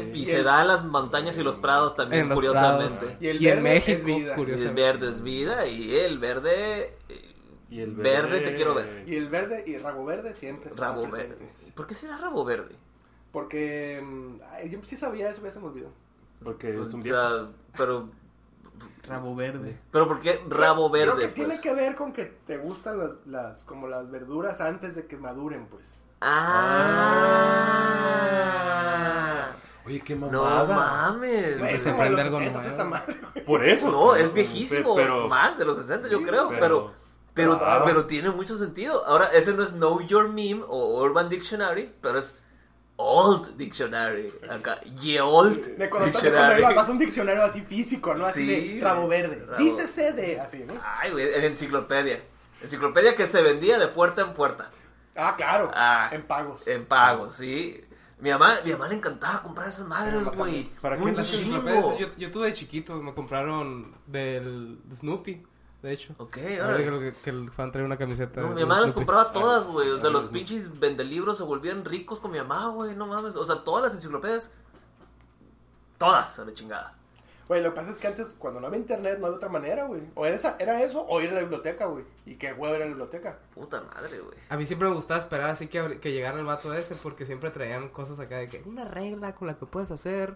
[SPEAKER 2] también y se da en las montañas y los prados también,
[SPEAKER 1] en los
[SPEAKER 2] curiosamente.
[SPEAKER 1] prados.
[SPEAKER 4] Y
[SPEAKER 1] Y,
[SPEAKER 4] el
[SPEAKER 1] en
[SPEAKER 4] verde es
[SPEAKER 1] México,
[SPEAKER 4] vida.
[SPEAKER 2] Y el
[SPEAKER 1] curiosamente.
[SPEAKER 2] verde es vida y el verde, eh,
[SPEAKER 3] Y el
[SPEAKER 2] verde, te quiero ver.
[SPEAKER 4] Y el verde y rabo verde siempre. está
[SPEAKER 2] Rabo
[SPEAKER 4] presente.
[SPEAKER 2] verde. ¿Por qué será rabo verde?
[SPEAKER 4] Porque mm, ay, yo sí sabía eso, ya se me olvidó.
[SPEAKER 3] Porque es un
[SPEAKER 2] O
[SPEAKER 3] viejo.
[SPEAKER 2] sea, pero,
[SPEAKER 1] Rabo verde.
[SPEAKER 2] pero ¿por qué rabo
[SPEAKER 4] Creo
[SPEAKER 2] verde?
[SPEAKER 4] que tiene
[SPEAKER 2] pues?
[SPEAKER 4] que ver con que te gustan las, las, como las verduras antes de que maduren, pues.
[SPEAKER 2] Ah.
[SPEAKER 3] Oye, qué
[SPEAKER 2] No
[SPEAKER 3] mamada.
[SPEAKER 2] mames.
[SPEAKER 4] Güey,
[SPEAKER 1] que
[SPEAKER 4] es
[SPEAKER 1] se
[SPEAKER 4] como de
[SPEAKER 1] aprende
[SPEAKER 4] los
[SPEAKER 1] algo
[SPEAKER 4] 60s
[SPEAKER 1] nuevo.
[SPEAKER 4] esa madre.
[SPEAKER 3] Por eso.
[SPEAKER 2] No,
[SPEAKER 3] Pe-
[SPEAKER 2] es viejísimo,
[SPEAKER 3] pero-
[SPEAKER 2] más de los 60 yo creo,
[SPEAKER 3] pero-
[SPEAKER 2] pero pero,
[SPEAKER 3] claro.
[SPEAKER 2] pero tiene mucho sentido. Ahora, ese no es Know Your Meme o Urban Dictionary, pero es Old Dictionary. Acá, Ye Old
[SPEAKER 4] De cuando estás cuando
[SPEAKER 2] Dictionary.
[SPEAKER 4] ibas, vas a un diccionario así físico, ¿no? Así
[SPEAKER 2] Sí,
[SPEAKER 4] de rabo
[SPEAKER 2] güey.
[SPEAKER 4] verde.
[SPEAKER 2] Rabo-
[SPEAKER 4] Dícese de así, ¿no?
[SPEAKER 2] Ay, güey, en enciclopedia. Enciclopedia que se vendía de puerta en puerta,
[SPEAKER 4] Ah, claro.
[SPEAKER 2] Ah.
[SPEAKER 4] en pagos.
[SPEAKER 2] en pago, ¿sí? Mi mamá, mi mamá le encantaba comprar esas madres, güey.
[SPEAKER 3] ¿Para qué
[SPEAKER 2] Un
[SPEAKER 3] las
[SPEAKER 2] chingo.
[SPEAKER 1] enciclopedias, yo, yo tuve de chiquito, me compraron del Snoopy, de hecho.
[SPEAKER 2] Ok,
[SPEAKER 1] Ahora
[SPEAKER 2] órale.
[SPEAKER 1] creo que, que el fan trae una camiseta.
[SPEAKER 2] No,
[SPEAKER 1] de
[SPEAKER 2] mi mamá las
[SPEAKER 1] Snoopy.
[SPEAKER 2] compraba todas, güey. O sea, los pinches vendelibros se volvían ricos con mi mamá, güey. No mames. O sea, todas las enciclopedias. Todas a la chingada.
[SPEAKER 4] Güey, lo que pasa es que antes, cuando no había internet, no había otra manera, güey. O era, esa- era eso, o ir a la biblioteca, güey. ¿Y qué huevo era la biblioteca?
[SPEAKER 2] Puta madre, güey.
[SPEAKER 1] A mí siempre me gustaba esperar así que, abri- que llegara el vato ese, porque siempre traían cosas acá de que una regla con la que puedes hacer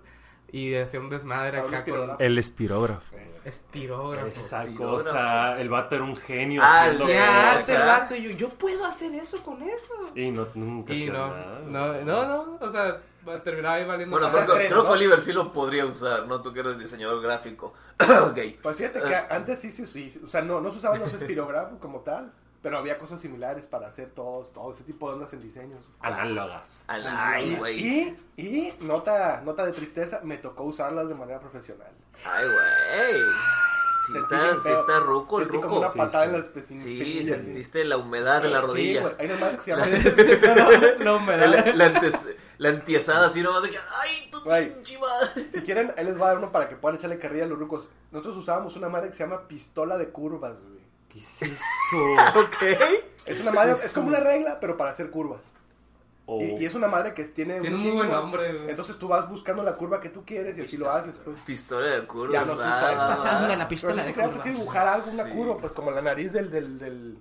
[SPEAKER 1] y de hacer un desmadre
[SPEAKER 4] Pablo
[SPEAKER 1] acá con
[SPEAKER 4] Espirógrafo.
[SPEAKER 3] El espirógrafo.
[SPEAKER 1] espirógrafo.
[SPEAKER 3] Esa
[SPEAKER 1] espirógrafo.
[SPEAKER 3] cosa. El vato era un genio.
[SPEAKER 2] Ah,
[SPEAKER 3] haciendo
[SPEAKER 2] sí,
[SPEAKER 1] Hacía
[SPEAKER 2] ah,
[SPEAKER 3] cosas.
[SPEAKER 1] arte el vato y yo, yo puedo hacer eso con eso.
[SPEAKER 3] Y no, nunca
[SPEAKER 1] Y
[SPEAKER 3] hacía
[SPEAKER 1] no,
[SPEAKER 3] nada.
[SPEAKER 1] no, no, no, o sea, va- terminaba ahí valiendo.
[SPEAKER 2] Bueno,
[SPEAKER 4] o
[SPEAKER 1] madre.
[SPEAKER 4] sea,
[SPEAKER 2] creo, que-
[SPEAKER 4] tres,
[SPEAKER 2] creo
[SPEAKER 4] ¿no?
[SPEAKER 2] que Oliver sí lo podría usar, ¿no? Tú que eres diseñador gráfico. ok.
[SPEAKER 4] Pues fíjate que antes sí, sí, sí. O sea, no, no se usaban los espirógrafos como tal, pero había cosas similares para hacer todos, todo ese tipo de ondas en diseños.
[SPEAKER 3] Análogas.
[SPEAKER 2] Al- Ay,
[SPEAKER 4] Y-
[SPEAKER 2] güey.
[SPEAKER 4] y, y nota, nota de tristeza, me tocó usarlas de manera profesional.
[SPEAKER 2] Ay, güey. Si
[SPEAKER 4] Sentí
[SPEAKER 2] está,
[SPEAKER 4] bien
[SPEAKER 2] si
[SPEAKER 4] feo.
[SPEAKER 2] está ruco, el
[SPEAKER 4] Sentí como una
[SPEAKER 2] ruco.
[SPEAKER 4] patada en las
[SPEAKER 2] Sí,
[SPEAKER 4] pecin-
[SPEAKER 2] Sí,
[SPEAKER 4] espinillas,
[SPEAKER 2] sentiste la humedad de la
[SPEAKER 4] Sí,
[SPEAKER 2] rodilla.
[SPEAKER 4] güey, hay nomás que se llama...
[SPEAKER 1] No, no, me da.
[SPEAKER 2] la, la antes- la antiesada así nomás de que, ay, tú
[SPEAKER 4] Güey.
[SPEAKER 2] pinche madre.
[SPEAKER 4] Si quieren, ahí les va a dar uno para que puedan echarle carrilla a los rucos. Nosotros usábamos una madre que se llama pistola de curvas, güey.
[SPEAKER 3] ¿Qué es eso?
[SPEAKER 2] Ok.
[SPEAKER 4] Es una madre, es como una regla, pero para hacer curvas.
[SPEAKER 3] Oh.
[SPEAKER 4] Y, y es una madre que tiene...
[SPEAKER 1] Tiene un
[SPEAKER 4] chingo.
[SPEAKER 1] buen nombre, güey.
[SPEAKER 4] Entonces tú vas buscando la curva que tú quieres y así lo haces, pues.
[SPEAKER 2] Pistola de curvas.
[SPEAKER 4] Ya no se usa,
[SPEAKER 2] ah,
[SPEAKER 4] es pasarme
[SPEAKER 1] la
[SPEAKER 2] ah,
[SPEAKER 4] Pero
[SPEAKER 1] pistola
[SPEAKER 4] si
[SPEAKER 1] de
[SPEAKER 4] tú querías así
[SPEAKER 1] curvas.
[SPEAKER 4] dibujar algo, una
[SPEAKER 2] Sí.
[SPEAKER 4] curva, pues como la nariz del... del, del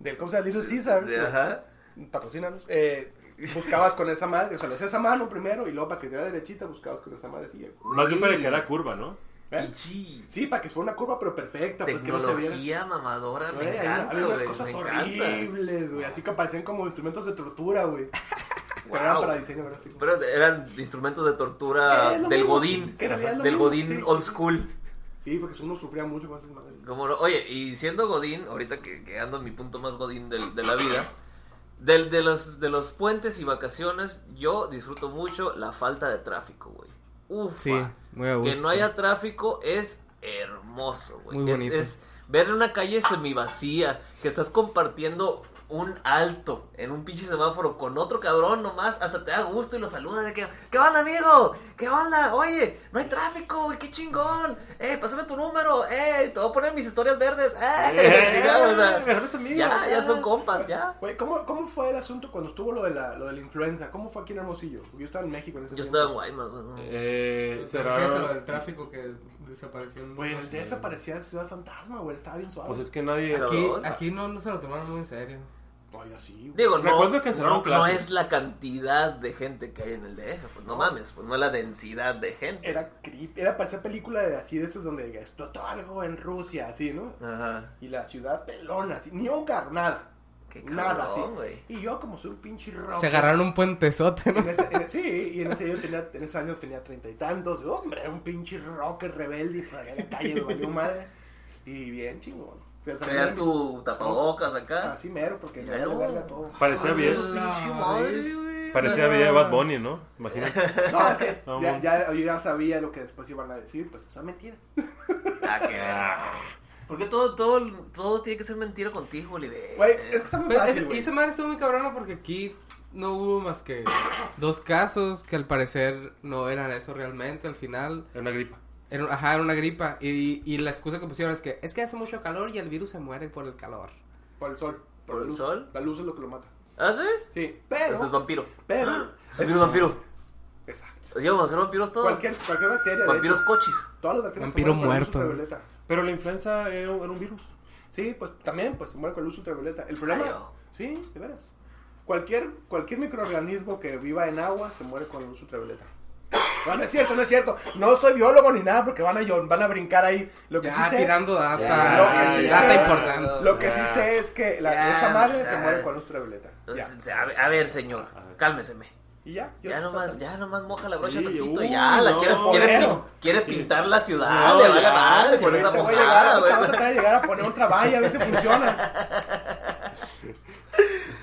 [SPEAKER 4] del, ¿Cómo se llama? Little Caesar.
[SPEAKER 2] de- Ajá.
[SPEAKER 4] patrocínanos, eh, buscabas con esa madre, o sea, lo hacías a mano primero y luego para que te diera derechita buscabas con esa madre. así, güey.
[SPEAKER 3] Más bien para que era curva, ¿no?
[SPEAKER 4] ¿Eh?
[SPEAKER 2] Pichi.
[SPEAKER 4] Sí, para que fuera una curva pero perfecta, pues que no se viera.
[SPEAKER 2] Tecnología mamadora,
[SPEAKER 4] Güey,
[SPEAKER 2] me
[SPEAKER 4] hay-
[SPEAKER 2] encanta,
[SPEAKER 4] hay unas
[SPEAKER 2] güey, me
[SPEAKER 4] cosas
[SPEAKER 2] encanta.
[SPEAKER 4] horribles, güey, así que parecían como instrumentos de tortura, güey. Pero eran
[SPEAKER 2] Wow.
[SPEAKER 4] para diseño gráfico.
[SPEAKER 2] Pero eran instrumentos de
[SPEAKER 4] Eh,
[SPEAKER 2] tortura
[SPEAKER 4] es lo
[SPEAKER 2] del
[SPEAKER 4] mismo,
[SPEAKER 2] Godín.
[SPEAKER 4] que en realidad es lo
[SPEAKER 2] Del
[SPEAKER 4] mismo,
[SPEAKER 2] Godín
[SPEAKER 4] sí, sí,
[SPEAKER 2] old
[SPEAKER 4] sí.
[SPEAKER 2] school.
[SPEAKER 4] Sí, porque uno sufría mucho con esas madres.
[SPEAKER 2] Como no- Oye, y siendo Godín, ahorita que, que ando en mi punto más Godín del- de, la vida, del, de, los, de los puentes y vacaciones, yo disfruto mucho la falta de tráfico, güey. Ufa.
[SPEAKER 1] Sí, muy a gusto.
[SPEAKER 2] Que no haya tráfico es hermoso, güey.
[SPEAKER 1] Muy
[SPEAKER 2] Es-
[SPEAKER 1] bonito.
[SPEAKER 2] Es, ver una calle semivacía, que estás compartiendo un alto en un pinche semáforo con otro cabrón nomás, hasta te da gusto y lo saludas de que, ¿qué onda, amigo? ¿Qué onda? Oye, no hay tráfico, güey, qué chingón. Eh, pásame tu número, eh, te voy a poner mis historias verdes. Eh, la chingada, o sea,
[SPEAKER 3] mejores amigos.
[SPEAKER 2] ya, ya son compas, ya.
[SPEAKER 4] Güey, ¿cómo, ¿cómo fue el asunto cuando estuvo lo de la, lo de la influenza? ¿Cómo fue aquí en Hermosillo? Porque yo estaba en México en ese
[SPEAKER 2] Yo
[SPEAKER 4] tiempo.
[SPEAKER 2] estaba en Guaymas, güey, ¿no?
[SPEAKER 3] Eh,
[SPEAKER 1] ¿Te refieres a lo
[SPEAKER 3] será.
[SPEAKER 1] del tráfico que desapareció. en-
[SPEAKER 4] Güey, el DF parecía Ciudad Fantasma, güey, estaba bien suave.
[SPEAKER 3] Pues es que nadie.
[SPEAKER 2] Pero-
[SPEAKER 1] Aquí,
[SPEAKER 2] cabrón.
[SPEAKER 1] aquí no, no se lo tomaron muy en serio.
[SPEAKER 4] Ay, así, güey.
[SPEAKER 2] Digo, no,
[SPEAKER 3] Recuerdo que
[SPEAKER 2] no,
[SPEAKER 3] cerraron
[SPEAKER 2] no
[SPEAKER 3] clases.
[SPEAKER 2] es la cantidad de gente que hay en el DF, pues no mames, pues no es la densidad de gente.
[SPEAKER 4] Era creepy, era parecía película de así de esas donde explotó algo en Rusia, así, ¿no?
[SPEAKER 2] Ajá.
[SPEAKER 4] Y la ciudad pelona, así, ni un carro, nada.
[SPEAKER 2] Qué
[SPEAKER 4] nada, así.
[SPEAKER 2] cabrón, güey.
[SPEAKER 4] Y yo como soy un pinche rojo.
[SPEAKER 1] Se agarraron un puentezote, ¿no?
[SPEAKER 4] En ese- en- sí, y en ese, año tenía, en ese año tenía treinta y tantos. y, Hombre, era un pinche rocker rebelde y salía a la calle, le valió madre. Y bien chingón. Fui a salir de
[SPEAKER 2] Traías
[SPEAKER 4] mis-
[SPEAKER 2] tu tapabocas acá.
[SPEAKER 4] Así Ah, mero, porque me
[SPEAKER 2] Mero.
[SPEAKER 4] vale verga todo.
[SPEAKER 3] Parecía bien.
[SPEAKER 2] Ah,
[SPEAKER 3] Parecía vida de Bad Bunny, ¿no? Imagínate.
[SPEAKER 4] No, es que
[SPEAKER 3] No,
[SPEAKER 4] ya,
[SPEAKER 3] mon-
[SPEAKER 4] ya, yo ya sabía lo que después iban a decir, pues son mentiras.
[SPEAKER 2] Ah, qué verga. Porque todo, todo, todo tiene que ser mentira contigo, Oliver.
[SPEAKER 4] Güey, es que está muy
[SPEAKER 1] Pero
[SPEAKER 4] fácil,
[SPEAKER 1] ese,
[SPEAKER 4] Ah, güey.
[SPEAKER 1] esa madre estuvo muy cabrona porque aquí no hubo más que dos casos que al parecer no eran eso realmente al final.
[SPEAKER 3] Era una gripa.
[SPEAKER 1] Era, ajá, era una gripa. Y, y la excusa que pusieron es que es que hace mucho calor y el virus se muere por el calor.
[SPEAKER 4] Por el sol.
[SPEAKER 2] ¿Por
[SPEAKER 4] la
[SPEAKER 2] el
[SPEAKER 4] luz.
[SPEAKER 2] sol?
[SPEAKER 4] La luz es lo que lo mata.
[SPEAKER 2] ¿Ah, sí?
[SPEAKER 4] Sí, pero.
[SPEAKER 2] Ese es ¡Ah! vampiro.
[SPEAKER 4] Pero.
[SPEAKER 2] Es un virus vampiro.
[SPEAKER 4] Exacto.
[SPEAKER 2] Así vamos a ser vampiros todos.
[SPEAKER 4] Cualquier, cualquier bacteria. de
[SPEAKER 2] Vampiros
[SPEAKER 4] hecho,
[SPEAKER 2] cochis.
[SPEAKER 4] Todas las bacterias. se
[SPEAKER 1] Vampiro
[SPEAKER 4] mueren con luz
[SPEAKER 1] muerto.
[SPEAKER 4] ultravioleta.
[SPEAKER 3] Pero la influenza era un, era un virus.
[SPEAKER 4] Sí, pues también, pues se muere con luz ultravioleta. El problema.
[SPEAKER 2] Ay, oh. no.
[SPEAKER 4] Sí, de veras. Cualquier, cualquier microorganismo que viva en agua se muere con luz ultravioleta. No, no es cierto, no es cierto. No soy biólogo ni nada porque van a, llor- van a brincar ahí. Lo que
[SPEAKER 1] Ya
[SPEAKER 4] sí sé-
[SPEAKER 1] tirando data.
[SPEAKER 4] Ya, lo que sí
[SPEAKER 1] data
[SPEAKER 4] sé.
[SPEAKER 1] importante.
[SPEAKER 4] Lo que sí sé es que la,
[SPEAKER 2] Ya,
[SPEAKER 4] esa madre
[SPEAKER 2] o sea.
[SPEAKER 4] se muere con luz ultravioleta. Ya.
[SPEAKER 2] A ver, a ver, señor, cálmeseme.
[SPEAKER 4] Y ya. yo-
[SPEAKER 2] Ya nomás, ya nomás moja la brocha
[SPEAKER 3] Sí,
[SPEAKER 2] tantito,
[SPEAKER 3] uy,
[SPEAKER 2] ya, la
[SPEAKER 3] no,
[SPEAKER 2] quiere, quiere,
[SPEAKER 4] joder.
[SPEAKER 2] pin- quiere pintar la ciudad,
[SPEAKER 3] No,
[SPEAKER 2] le vale
[SPEAKER 3] ya,
[SPEAKER 2] madre
[SPEAKER 3] sí,
[SPEAKER 2] con
[SPEAKER 4] Este
[SPEAKER 2] esa
[SPEAKER 4] voy a llegar,
[SPEAKER 2] mojada,
[SPEAKER 4] ahorita voy a
[SPEAKER 2] güey.
[SPEAKER 4] tratar de llegar a poner otra valla, a ver si funciona.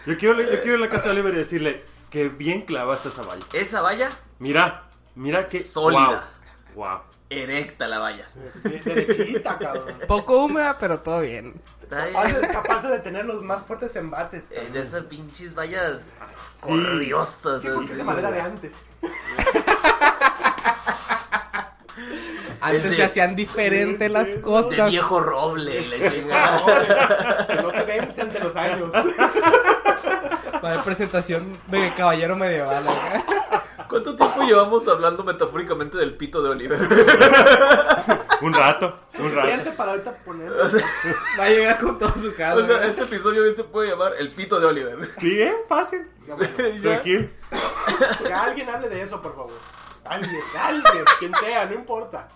[SPEAKER 3] Yo quiero, yo quiero ir a la casa de Oliver y decirle que bien clavaste esa valla.
[SPEAKER 2] Esa valla,
[SPEAKER 3] Mira, mira qué.
[SPEAKER 2] Sólida.
[SPEAKER 3] Wow.
[SPEAKER 2] erecta la valla.
[SPEAKER 4] Derechita, cabrón.
[SPEAKER 1] Poco húmeda, pero todo bien.
[SPEAKER 2] Está ahí,
[SPEAKER 4] Capaces, capaces de tener los más fuertes embates.
[SPEAKER 2] eh, de esas pinches vallas corriosas.
[SPEAKER 4] Sí, porque
[SPEAKER 2] así,
[SPEAKER 4] es de madera de
[SPEAKER 2] güey.
[SPEAKER 4] antes.
[SPEAKER 1] Antes
[SPEAKER 2] Ese-
[SPEAKER 1] se hacían diferente las
[SPEAKER 2] de
[SPEAKER 1] cosas.
[SPEAKER 2] viejo roble, la chingada.
[SPEAKER 4] Ahora, que no se vence ante los años.
[SPEAKER 1] Va de presentación de caballero medieval. acá.
[SPEAKER 2] ¿Cuánto tiempo llevamos hablando metafóricamente del pito de Oliver?
[SPEAKER 3] Un rato, un rato.
[SPEAKER 4] Suficiente para ahorita poner.
[SPEAKER 1] Va a llegar con todo su casa.
[SPEAKER 2] O sea,
[SPEAKER 1] acá.
[SPEAKER 2] este episodio bien se puede llamar El pito de Oliver.
[SPEAKER 3] Sí, bien, fácil.
[SPEAKER 2] Ya.
[SPEAKER 3] Tranquilo.
[SPEAKER 4] ¿eh? Que alguien hable de eso, por favor. Alguien, alguien, quien sea, no importa.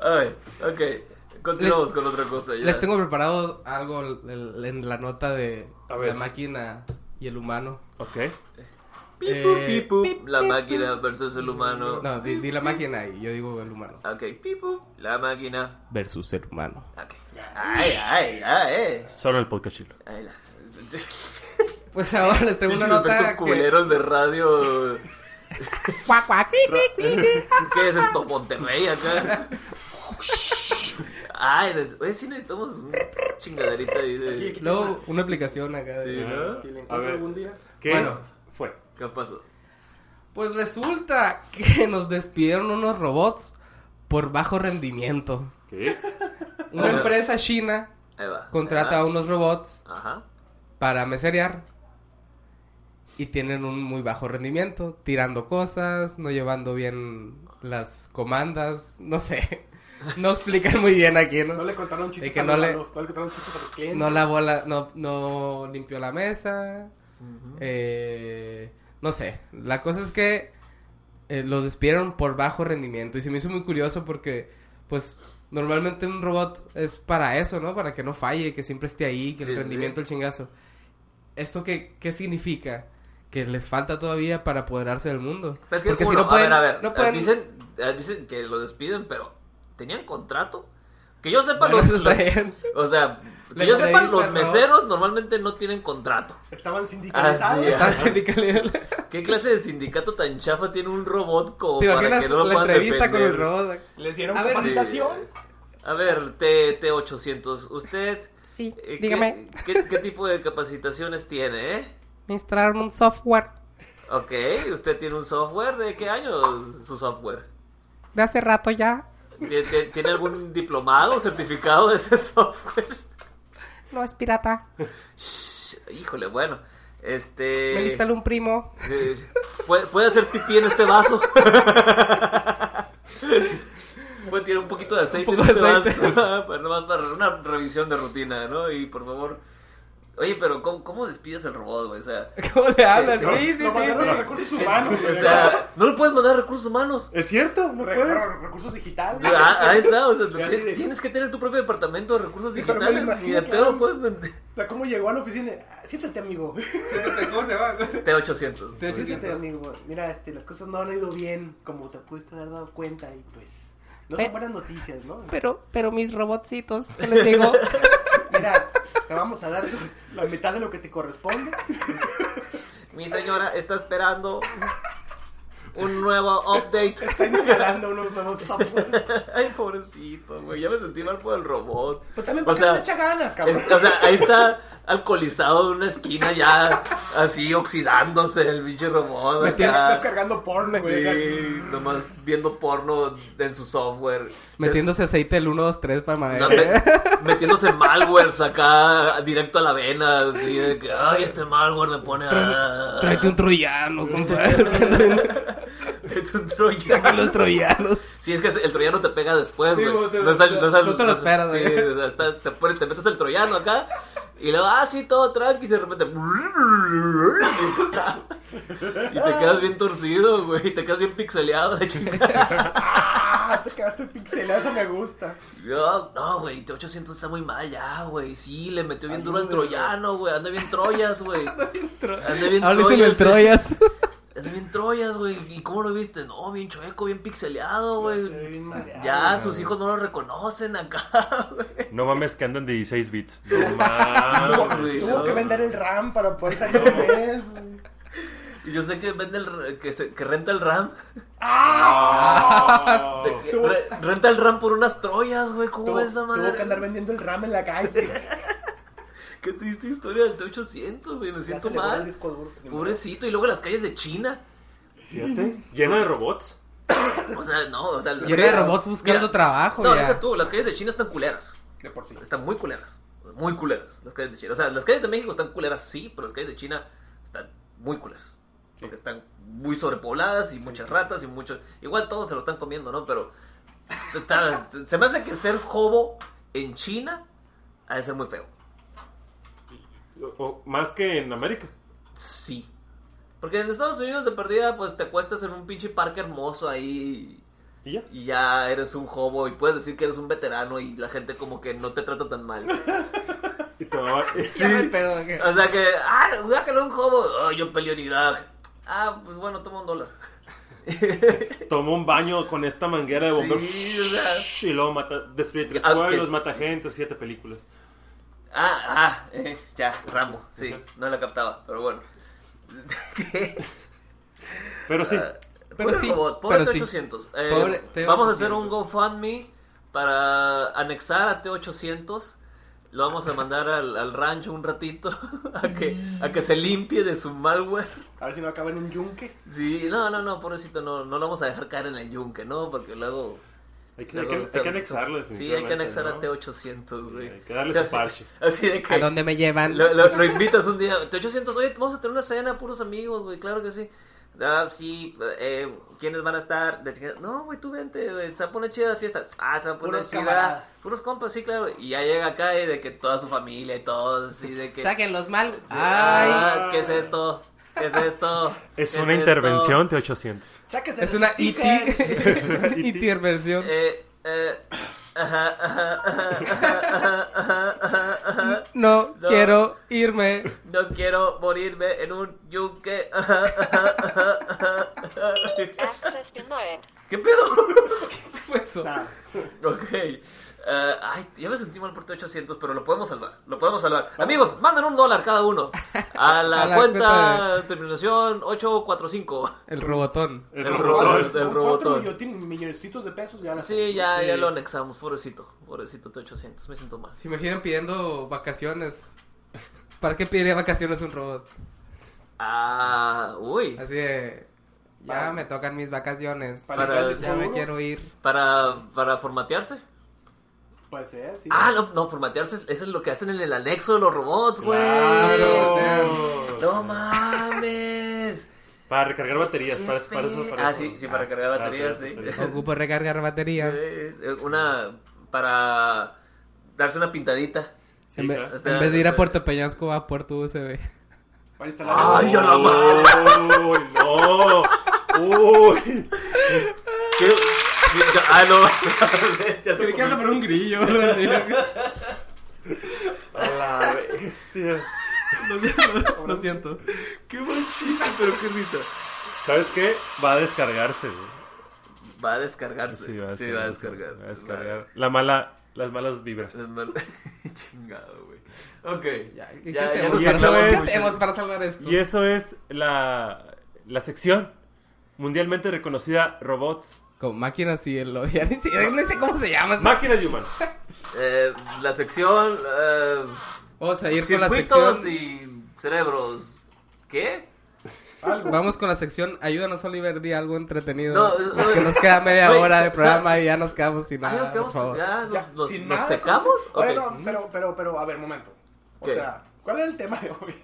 [SPEAKER 2] Ay, ok. Continuamos con otra cosa. Ya.
[SPEAKER 1] Les tengo preparado algo l- l- en la nota de
[SPEAKER 3] A ver.
[SPEAKER 1] la máquina y el humano.
[SPEAKER 3] Ok.
[SPEAKER 2] Pipu,
[SPEAKER 1] Eh,
[SPEAKER 2] pipu,
[SPEAKER 1] pip,
[SPEAKER 2] la
[SPEAKER 1] pip,
[SPEAKER 2] máquina versus el humano.
[SPEAKER 1] No, di, di la máquina y yo digo el humano.
[SPEAKER 2] Ok, pipu, la máquina.
[SPEAKER 1] Versus el humano.
[SPEAKER 2] Ok. Ay, ay, ay, eh.
[SPEAKER 3] Solo el podcast chilo.
[SPEAKER 2] Ay, la.
[SPEAKER 1] Pues ahora les tengo una
[SPEAKER 2] Pinches efectos
[SPEAKER 1] nota que...
[SPEAKER 2] culeros de radio.
[SPEAKER 1] Cuac, cuac, clic, clic, clic.
[SPEAKER 2] ¿Qué es esto, Monterrey acá? Ay, des- oye, sí necesitamos una chingaderita ahí de.
[SPEAKER 1] Luego, una aplicación acá. de-
[SPEAKER 2] Sí, ¿no?
[SPEAKER 4] Si le
[SPEAKER 3] Ah, A
[SPEAKER 4] encuentro
[SPEAKER 3] ver.
[SPEAKER 4] algún día.
[SPEAKER 3] ¿Qué
[SPEAKER 1] Bueno.
[SPEAKER 3] fue?
[SPEAKER 2] ¿Qué pasó?
[SPEAKER 1] Pues resulta que nos despidieron unos robots por bajo rendimiento.
[SPEAKER 3] ¿Qué?
[SPEAKER 1] Una empresa china
[SPEAKER 2] Ahí va.
[SPEAKER 1] contrata a
[SPEAKER 2] ahí
[SPEAKER 1] unos robots
[SPEAKER 2] va. Ajá.
[SPEAKER 1] para meserear y tienen un muy bajo rendimiento, tirando cosas, no llevando bien las comandas, no sé. No explican muy bien aquí,
[SPEAKER 4] No
[SPEAKER 1] ¿no?
[SPEAKER 4] le contaron chistes
[SPEAKER 1] Es que
[SPEAKER 4] a
[SPEAKER 1] no
[SPEAKER 4] los
[SPEAKER 1] le-
[SPEAKER 4] malos, no le contaron chistes a los clientes.
[SPEAKER 1] No lavó la no no limpió la mesa. eh, no sé. La cosa es que eh, los despidieron por bajo rendimiento y se me hizo muy curioso porque pues normalmente un robot es para eso, ¿no? Para que no falle, que siempre esté ahí, que
[SPEAKER 2] Sí,
[SPEAKER 1] el
[SPEAKER 2] sí,
[SPEAKER 1] rendimiento el chingazo. ¿Esto qué, qué significa? Que les falta todavía para apoderarse del mundo.
[SPEAKER 2] Pero es que
[SPEAKER 1] Porque
[SPEAKER 2] uno,
[SPEAKER 1] si no pueden,
[SPEAKER 2] a ver, a ver,
[SPEAKER 1] no pueden-
[SPEAKER 2] dicen, eh, dicen que lo despiden, pero ¿tenían contrato? Que yo sepa,
[SPEAKER 1] Bueno,
[SPEAKER 2] los,
[SPEAKER 1] eso está
[SPEAKER 2] los-
[SPEAKER 1] bien.
[SPEAKER 2] o sea, que
[SPEAKER 1] La
[SPEAKER 2] yo sepa,
[SPEAKER 1] entrevista,
[SPEAKER 2] los
[SPEAKER 1] ¿no?
[SPEAKER 2] meseros normalmente no tienen contrato.
[SPEAKER 4] Estaban sindicalizados.
[SPEAKER 2] Así es.
[SPEAKER 1] Están sindicales.
[SPEAKER 2] ¿Qué clase de sindicato tan chafa tiene un robot como
[SPEAKER 1] ¿Te
[SPEAKER 2] para
[SPEAKER 1] imaginas
[SPEAKER 2] que no lo
[SPEAKER 1] la
[SPEAKER 2] puedan
[SPEAKER 1] entrevista con el
[SPEAKER 2] defender?
[SPEAKER 1] robot?
[SPEAKER 4] Les dieron
[SPEAKER 1] A ver,
[SPEAKER 2] Sí.
[SPEAKER 4] capacitación.
[SPEAKER 2] A ver, T, T800, usted...
[SPEAKER 1] Sí,
[SPEAKER 2] eh, ¿qué-
[SPEAKER 1] dígame.
[SPEAKER 2] ¿qué, qué tipo de capacitaciones tiene, eh?
[SPEAKER 1] Me instalaron un software
[SPEAKER 2] Ok, usted tiene un software, ¿de qué año su software?
[SPEAKER 1] de hace rato ya.
[SPEAKER 2] ¿Tie- tie- ¿Tiene algún diplomado o certificado de ese software?
[SPEAKER 1] No es pirata.
[SPEAKER 2] Híjole, bueno. Este.
[SPEAKER 1] Me lo instaló un primo.
[SPEAKER 2] eh, ¿puede, puede hacer pipí en este vaso. puede tirar un poquito de aceite
[SPEAKER 1] Un poco
[SPEAKER 2] en este
[SPEAKER 1] de aceite.
[SPEAKER 2] vaso. para, nomás para una revisión de rutina, ¿no? Y por favor. Oye, pero ¿cómo, cómo despides al robot, güey? O sea.
[SPEAKER 1] ¿Cómo le hablas?
[SPEAKER 3] No,
[SPEAKER 1] Sí, sí, sí,
[SPEAKER 4] Lo mandaron a
[SPEAKER 1] sí.
[SPEAKER 4] recursos humanos.
[SPEAKER 2] O sea, Ah, no le puedes mandar recursos humanos.
[SPEAKER 3] ¿Es cierto? ¿No puedes?
[SPEAKER 4] Recursos, recursos digitales.
[SPEAKER 2] Ah, Ahí está, o sea,
[SPEAKER 4] Ya sí de-
[SPEAKER 2] te- tienes que tener tu propio departamento de recursos
[SPEAKER 4] Sí, pero me lo
[SPEAKER 2] digitales. Ni de
[SPEAKER 4] imagino,
[SPEAKER 2] pedo
[SPEAKER 4] cabrón.
[SPEAKER 2] puedes vender.
[SPEAKER 4] O sea, ¿cómo llegó a la oficina? Ah, Siéntate, amigo.
[SPEAKER 1] ¿Cómo se va?
[SPEAKER 2] T800.
[SPEAKER 4] Siéntate, amigo. Mira, este, las cosas no han ido bien, como te pudiste haber dado cuenta, y pues. No
[SPEAKER 1] Eh.
[SPEAKER 4] son buenas noticias, ¿no?
[SPEAKER 1] Pero, pero mis robotcitos, ¿qué les digo?
[SPEAKER 4] Mira, te vamos a dar la mitad de lo que te corresponde.
[SPEAKER 2] Mi señora está esperando un nuevo update.
[SPEAKER 4] Está instalando unos nuevos softwares.
[SPEAKER 2] Ay, pobrecito, güey. Ya me sentí mal por el robot.
[SPEAKER 4] Pero también
[SPEAKER 2] O
[SPEAKER 4] para
[SPEAKER 2] sea,
[SPEAKER 4] que le echa ganas, cabrón.
[SPEAKER 2] Es- o sea, ahí está alcoholizado en una esquina ya así oxidándose el pinche robot.
[SPEAKER 4] Me
[SPEAKER 2] acá.
[SPEAKER 4] estás descargando porno, güey.
[SPEAKER 2] Sí, nomás viendo porno en su software.
[SPEAKER 1] Metiéndose aceite el 1, 2, 3 para
[SPEAKER 2] O sea,
[SPEAKER 1] madera.
[SPEAKER 2] me- metiéndose malware acá directo a la vena. Así de que, ay, este malware me pone a.
[SPEAKER 1] Tráete un troyano, compadre.
[SPEAKER 2] Tráete un troyano.
[SPEAKER 1] Saca los troyanos.
[SPEAKER 2] Sí, es que el troyano te pega después,
[SPEAKER 1] Sí,
[SPEAKER 2] güey.
[SPEAKER 1] güey, te-
[SPEAKER 2] no, es al-
[SPEAKER 1] te-
[SPEAKER 2] no es al-
[SPEAKER 1] no te lo
[SPEAKER 2] no es-
[SPEAKER 1] esperas,
[SPEAKER 2] sí,
[SPEAKER 1] güey.
[SPEAKER 2] o sea, está- te, pones- te metes el troyano acá y luego, ah, sí, todo tranqui, y de repente... y te quedas bien torcido, güey, y te quedas bien pixeleado, la chingada.
[SPEAKER 4] Ah, te quedaste pixelado, eso me gusta.
[SPEAKER 2] No, no, güey, T800 está muy mal ya, güey. Sí, le metió bien duro al troyano, güey. Anda bien troyas, güey. Anda bien
[SPEAKER 1] Ahora le dicen el
[SPEAKER 2] troyas.
[SPEAKER 1] Troyas.
[SPEAKER 2] Anda bien troyas, güey. ¿Y cómo lo viste? No, bien chueco, bien pixeleado,
[SPEAKER 4] Se
[SPEAKER 2] güey.
[SPEAKER 4] ve bien madreado.
[SPEAKER 2] Ya, sus hijos no lo reconocen acá, güey.
[SPEAKER 3] No mames que andan de 16 bits. No mames.
[SPEAKER 2] güey,
[SPEAKER 4] Tuvo
[SPEAKER 2] no.
[SPEAKER 4] que vender el RAM para poder salir de mes.
[SPEAKER 2] Yo sé que vende el r- que, se- que renta el RAM. De que
[SPEAKER 4] Tuvo-
[SPEAKER 2] re- renta el RAM por unas troyas, güey. ¿Cómo
[SPEAKER 4] Tuvo,
[SPEAKER 2] ves esa madre?
[SPEAKER 4] tuvo que andar vendiendo el RAM en la calle.
[SPEAKER 2] Qué triste historia del T800, güey. Me
[SPEAKER 4] Ya
[SPEAKER 2] siento
[SPEAKER 4] se le borró el
[SPEAKER 2] mal.
[SPEAKER 4] disco duro. Ni modo.
[SPEAKER 2] Pobrecito. Y luego las calles de China.
[SPEAKER 3] Fíjate, lleno de robots.
[SPEAKER 2] O sea, no, o sea.
[SPEAKER 1] Llena de robots buscando trabajo,
[SPEAKER 2] No,
[SPEAKER 1] ya.
[SPEAKER 2] deja tú, las calles de China están culeras.
[SPEAKER 4] De por sí.
[SPEAKER 2] Están muy culeras. Muy culeras. Las calles de China. O sea, las calles de México están culeras, sí, pero las calles de China están muy culeras. Porque están muy sobrepobladas y muchas ratas y muchos. Igual todos se lo están comiendo, ¿no? Pero. está- se me hace que ser jobo en China ha de ser muy feo.
[SPEAKER 3] O- o más que en América.
[SPEAKER 2] Sí. Porque en Estados Unidos de perdida, pues te acuestas en un pinche parque hermoso ahí
[SPEAKER 3] Y ya.
[SPEAKER 2] y ya eres un hobo y puedes decir que eres un veterano y la gente como que no te trata tan mal.
[SPEAKER 3] Y te va a-
[SPEAKER 1] Ya me pedo, ¿qué?
[SPEAKER 2] O sea que, ah, cuidado que no un hobo. Ah, yo peleo en Irak. Ah, pues bueno, toma un dólar.
[SPEAKER 3] Tomó un baño con esta manguera de bomberos.
[SPEAKER 2] Sí, o sea. Ah,
[SPEAKER 3] Y luego mata, destruye tres
[SPEAKER 2] Aunque-
[SPEAKER 3] pueblos, mata gente, siete películas.
[SPEAKER 2] Ah, ah, eh, ya, Rambo, sí, no la captaba, pero bueno.
[SPEAKER 3] Pero sí,
[SPEAKER 2] Ah,
[SPEAKER 1] Pero
[SPEAKER 2] Pobre
[SPEAKER 1] sí,
[SPEAKER 2] robot, pobre
[SPEAKER 1] pero sí.
[SPEAKER 2] T800. Eh,
[SPEAKER 1] Pobre
[SPEAKER 2] vamos a
[SPEAKER 1] T800.
[SPEAKER 2] hacer un GoFundMe para anexar a T800. Lo vamos a mandar al, al rancho un ratito a que, a que se limpie de su malware.
[SPEAKER 4] A ver si no acaba en un yunque.
[SPEAKER 2] Sí, no, no, no, pobrecito, no, no lo vamos a dejar caer en el yunque, ¿no? Porque luego...
[SPEAKER 3] hay que, hay
[SPEAKER 2] luego
[SPEAKER 3] que-
[SPEAKER 2] se-
[SPEAKER 3] hay que anexarlo
[SPEAKER 2] Sí, hay que
[SPEAKER 3] definitivamente,
[SPEAKER 2] anexar
[SPEAKER 3] ¿no?
[SPEAKER 2] a T800, güey.
[SPEAKER 3] hay que darle su parche.
[SPEAKER 2] Así de que...
[SPEAKER 1] ¿A dónde me llevan?
[SPEAKER 2] Lo, lo- lo invitas un día. Te 800, oye, vamos a tener una cena, puros amigos, güey, claro que sí. Ah, sí, eh, ¿quiénes van a estar? De que, No, güey, tú vente, güey, se va a poner chida la fiesta. Ah, se va a poner
[SPEAKER 4] Puros
[SPEAKER 2] chida.
[SPEAKER 4] camaradas.
[SPEAKER 2] Puros compas, sí, claro. Y ya llega acá y de que toda su familia y todo, así de que...
[SPEAKER 1] Saquen los mal. Ay.
[SPEAKER 2] Ah, ¿qué es esto? ¿Qué es esto?
[SPEAKER 3] Es
[SPEAKER 2] ¿Qué
[SPEAKER 3] una
[SPEAKER 2] esto?
[SPEAKER 3] intervención de 800.
[SPEAKER 4] Sáquese eh.
[SPEAKER 1] Es
[SPEAKER 4] los
[SPEAKER 1] una E IT.
[SPEAKER 4] stickers.
[SPEAKER 1] Intervención.
[SPEAKER 2] Eh, eh, ajá, ajá, ajá, ajá, ajá, ajá, ajá.
[SPEAKER 1] No,
[SPEAKER 2] no.
[SPEAKER 1] quiero irme.
[SPEAKER 2] No quiero morirme en un yunque. Ajá, ajá, ajá, ajá, ajá.
[SPEAKER 6] Access denied.
[SPEAKER 2] ¿Qué pedo?
[SPEAKER 1] ¿Qué fue eso?
[SPEAKER 4] Nah,
[SPEAKER 2] ok. Eh, ay, ya me sentí mal por T800, pero lo podemos salvar. Lo podemos salvar. Amigos, manden un dólar cada uno a la,
[SPEAKER 1] A la
[SPEAKER 2] cuenta,
[SPEAKER 1] cuenta
[SPEAKER 2] terminación 845.
[SPEAKER 1] El robotón.
[SPEAKER 3] El
[SPEAKER 2] El
[SPEAKER 3] robot.
[SPEAKER 2] robot.
[SPEAKER 4] con-
[SPEAKER 2] el
[SPEAKER 4] con
[SPEAKER 2] robotón.
[SPEAKER 4] Cuatro millotin- milloncitos de pesos ya la
[SPEAKER 2] Sí, ya,
[SPEAKER 3] Sí.
[SPEAKER 2] ya lo anexamos, pobrecito. Pobrecito T800, me siento mal.
[SPEAKER 1] Se imaginan pidiendo vacaciones. ¿Para qué pediría vacaciones un robot?
[SPEAKER 2] Ah, uy.
[SPEAKER 1] Así de. Ya
[SPEAKER 4] Para-
[SPEAKER 1] me tocan mis vacaciones.
[SPEAKER 4] Para-
[SPEAKER 2] Para-
[SPEAKER 1] ya me
[SPEAKER 4] seguro.
[SPEAKER 1] quiero ir.
[SPEAKER 2] Para, para formatearse.
[SPEAKER 4] Puede ser, sí.
[SPEAKER 2] Ah, no, no, formatearse, es- eso es lo que hacen en el anexo de los robots, güey.
[SPEAKER 3] Claro.
[SPEAKER 2] No mames.
[SPEAKER 3] Para recargar baterías, para, para eso. para
[SPEAKER 2] Ah,
[SPEAKER 3] eso.
[SPEAKER 2] sí, sí, para recargar baterías, sí.
[SPEAKER 1] Ocupo recargar baterías.
[SPEAKER 2] Eh, Una para darse una pintadita.
[SPEAKER 3] Sí,
[SPEAKER 1] en, ve-
[SPEAKER 3] claro.
[SPEAKER 2] o sea,
[SPEAKER 1] en vez de ir
[SPEAKER 2] o
[SPEAKER 1] a
[SPEAKER 2] sea-
[SPEAKER 1] Puerto Peñasco, va a Puerto USB.
[SPEAKER 4] Para instalar.
[SPEAKER 2] Ay, a la madre.
[SPEAKER 3] Uy, no. Uy.
[SPEAKER 2] ¿Qué? Ya- Ah, no. Ya se
[SPEAKER 1] Creí que ibas a
[SPEAKER 2] comió.
[SPEAKER 1] poner un grillo. algo así.
[SPEAKER 3] A la bestia.
[SPEAKER 1] Lo siento, Lo siento.
[SPEAKER 2] Qué buen chiste, pero qué risa.
[SPEAKER 3] ¿Sabes qué? Va a descargarse, güey.
[SPEAKER 2] Va a descargarse. Sí, va a,
[SPEAKER 3] descargar,
[SPEAKER 2] descargarse.
[SPEAKER 3] va a descargar. La mala, las malas vibras.
[SPEAKER 2] Es mal- Chingado, güey. Ok.
[SPEAKER 1] Ya, ¿Qué, qué
[SPEAKER 2] Ya, ya
[SPEAKER 1] hacemos,
[SPEAKER 2] nos
[SPEAKER 1] para
[SPEAKER 3] pasamos
[SPEAKER 1] salvar- qué
[SPEAKER 3] mucho.
[SPEAKER 1] hacemos para salvar esto?
[SPEAKER 3] Y eso es la, la sección mundialmente reconocida Robots,
[SPEAKER 1] Con máquinas y el ya ni siquiera- no sé cómo se llama. esta-
[SPEAKER 3] Máquinas y Humanos.
[SPEAKER 2] Eh, la sección. eh,
[SPEAKER 1] Vamos a ir con la
[SPEAKER 2] circuitos
[SPEAKER 1] sección.
[SPEAKER 2] y cerebros. ¿Qué?
[SPEAKER 4] Algo.
[SPEAKER 1] Vamos con la sección Ayúdanos Oliver, di algo entretenido.
[SPEAKER 2] No, eh,
[SPEAKER 1] que nos queda media
[SPEAKER 2] oye,
[SPEAKER 1] hora de
[SPEAKER 2] sa-
[SPEAKER 1] programa
[SPEAKER 2] sa-
[SPEAKER 1] y ya nos quedamos sin
[SPEAKER 2] Ah,
[SPEAKER 1] nada.
[SPEAKER 2] nos quedamos.
[SPEAKER 1] por favor.
[SPEAKER 2] Ya, nos,
[SPEAKER 4] Ya,
[SPEAKER 2] nos-
[SPEAKER 4] sin
[SPEAKER 2] nos
[SPEAKER 4] nada,
[SPEAKER 2] secamos.
[SPEAKER 4] con-
[SPEAKER 2] Ok.
[SPEAKER 4] Bueno, pero, pero, pero, a ver, momento. O
[SPEAKER 2] ¿Qué?
[SPEAKER 4] sea, ¿cuál es el tema de hoy?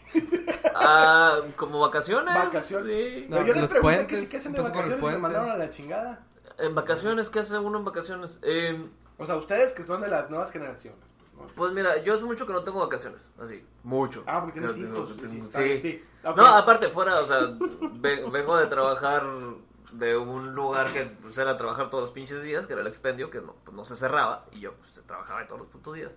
[SPEAKER 2] Ah, como vacaciones.
[SPEAKER 4] Vacaciones.
[SPEAKER 2] Sí.
[SPEAKER 1] No,
[SPEAKER 4] yo les
[SPEAKER 1] los
[SPEAKER 4] pregunté que
[SPEAKER 1] puentes,
[SPEAKER 4] sí que hacen de
[SPEAKER 1] empezó por el
[SPEAKER 4] vacaciones y me
[SPEAKER 1] puente.
[SPEAKER 4] mandaron a la chingada.
[SPEAKER 2] En vacaciones, ¿qué hace uno en vacaciones? Eh,
[SPEAKER 4] O sea, ustedes que son de las nuevas generaciones. pues, ¿no?
[SPEAKER 2] pues mira, yo hace mucho que no tengo vacaciones. Así, mucho.
[SPEAKER 4] Ah, porque tienes
[SPEAKER 2] Que no
[SPEAKER 4] hijos.
[SPEAKER 2] tengo-
[SPEAKER 4] sí,
[SPEAKER 2] tengo- sí.
[SPEAKER 4] sí. Ah, Ok.
[SPEAKER 2] No, aparte, fuera, o sea, ve- vengo de trabajar de un lugar que pues, era trabajar todos los pinches días, que era el expendio, que no, pues, no se cerraba, y yo pues, trabajaba de todos los putos días.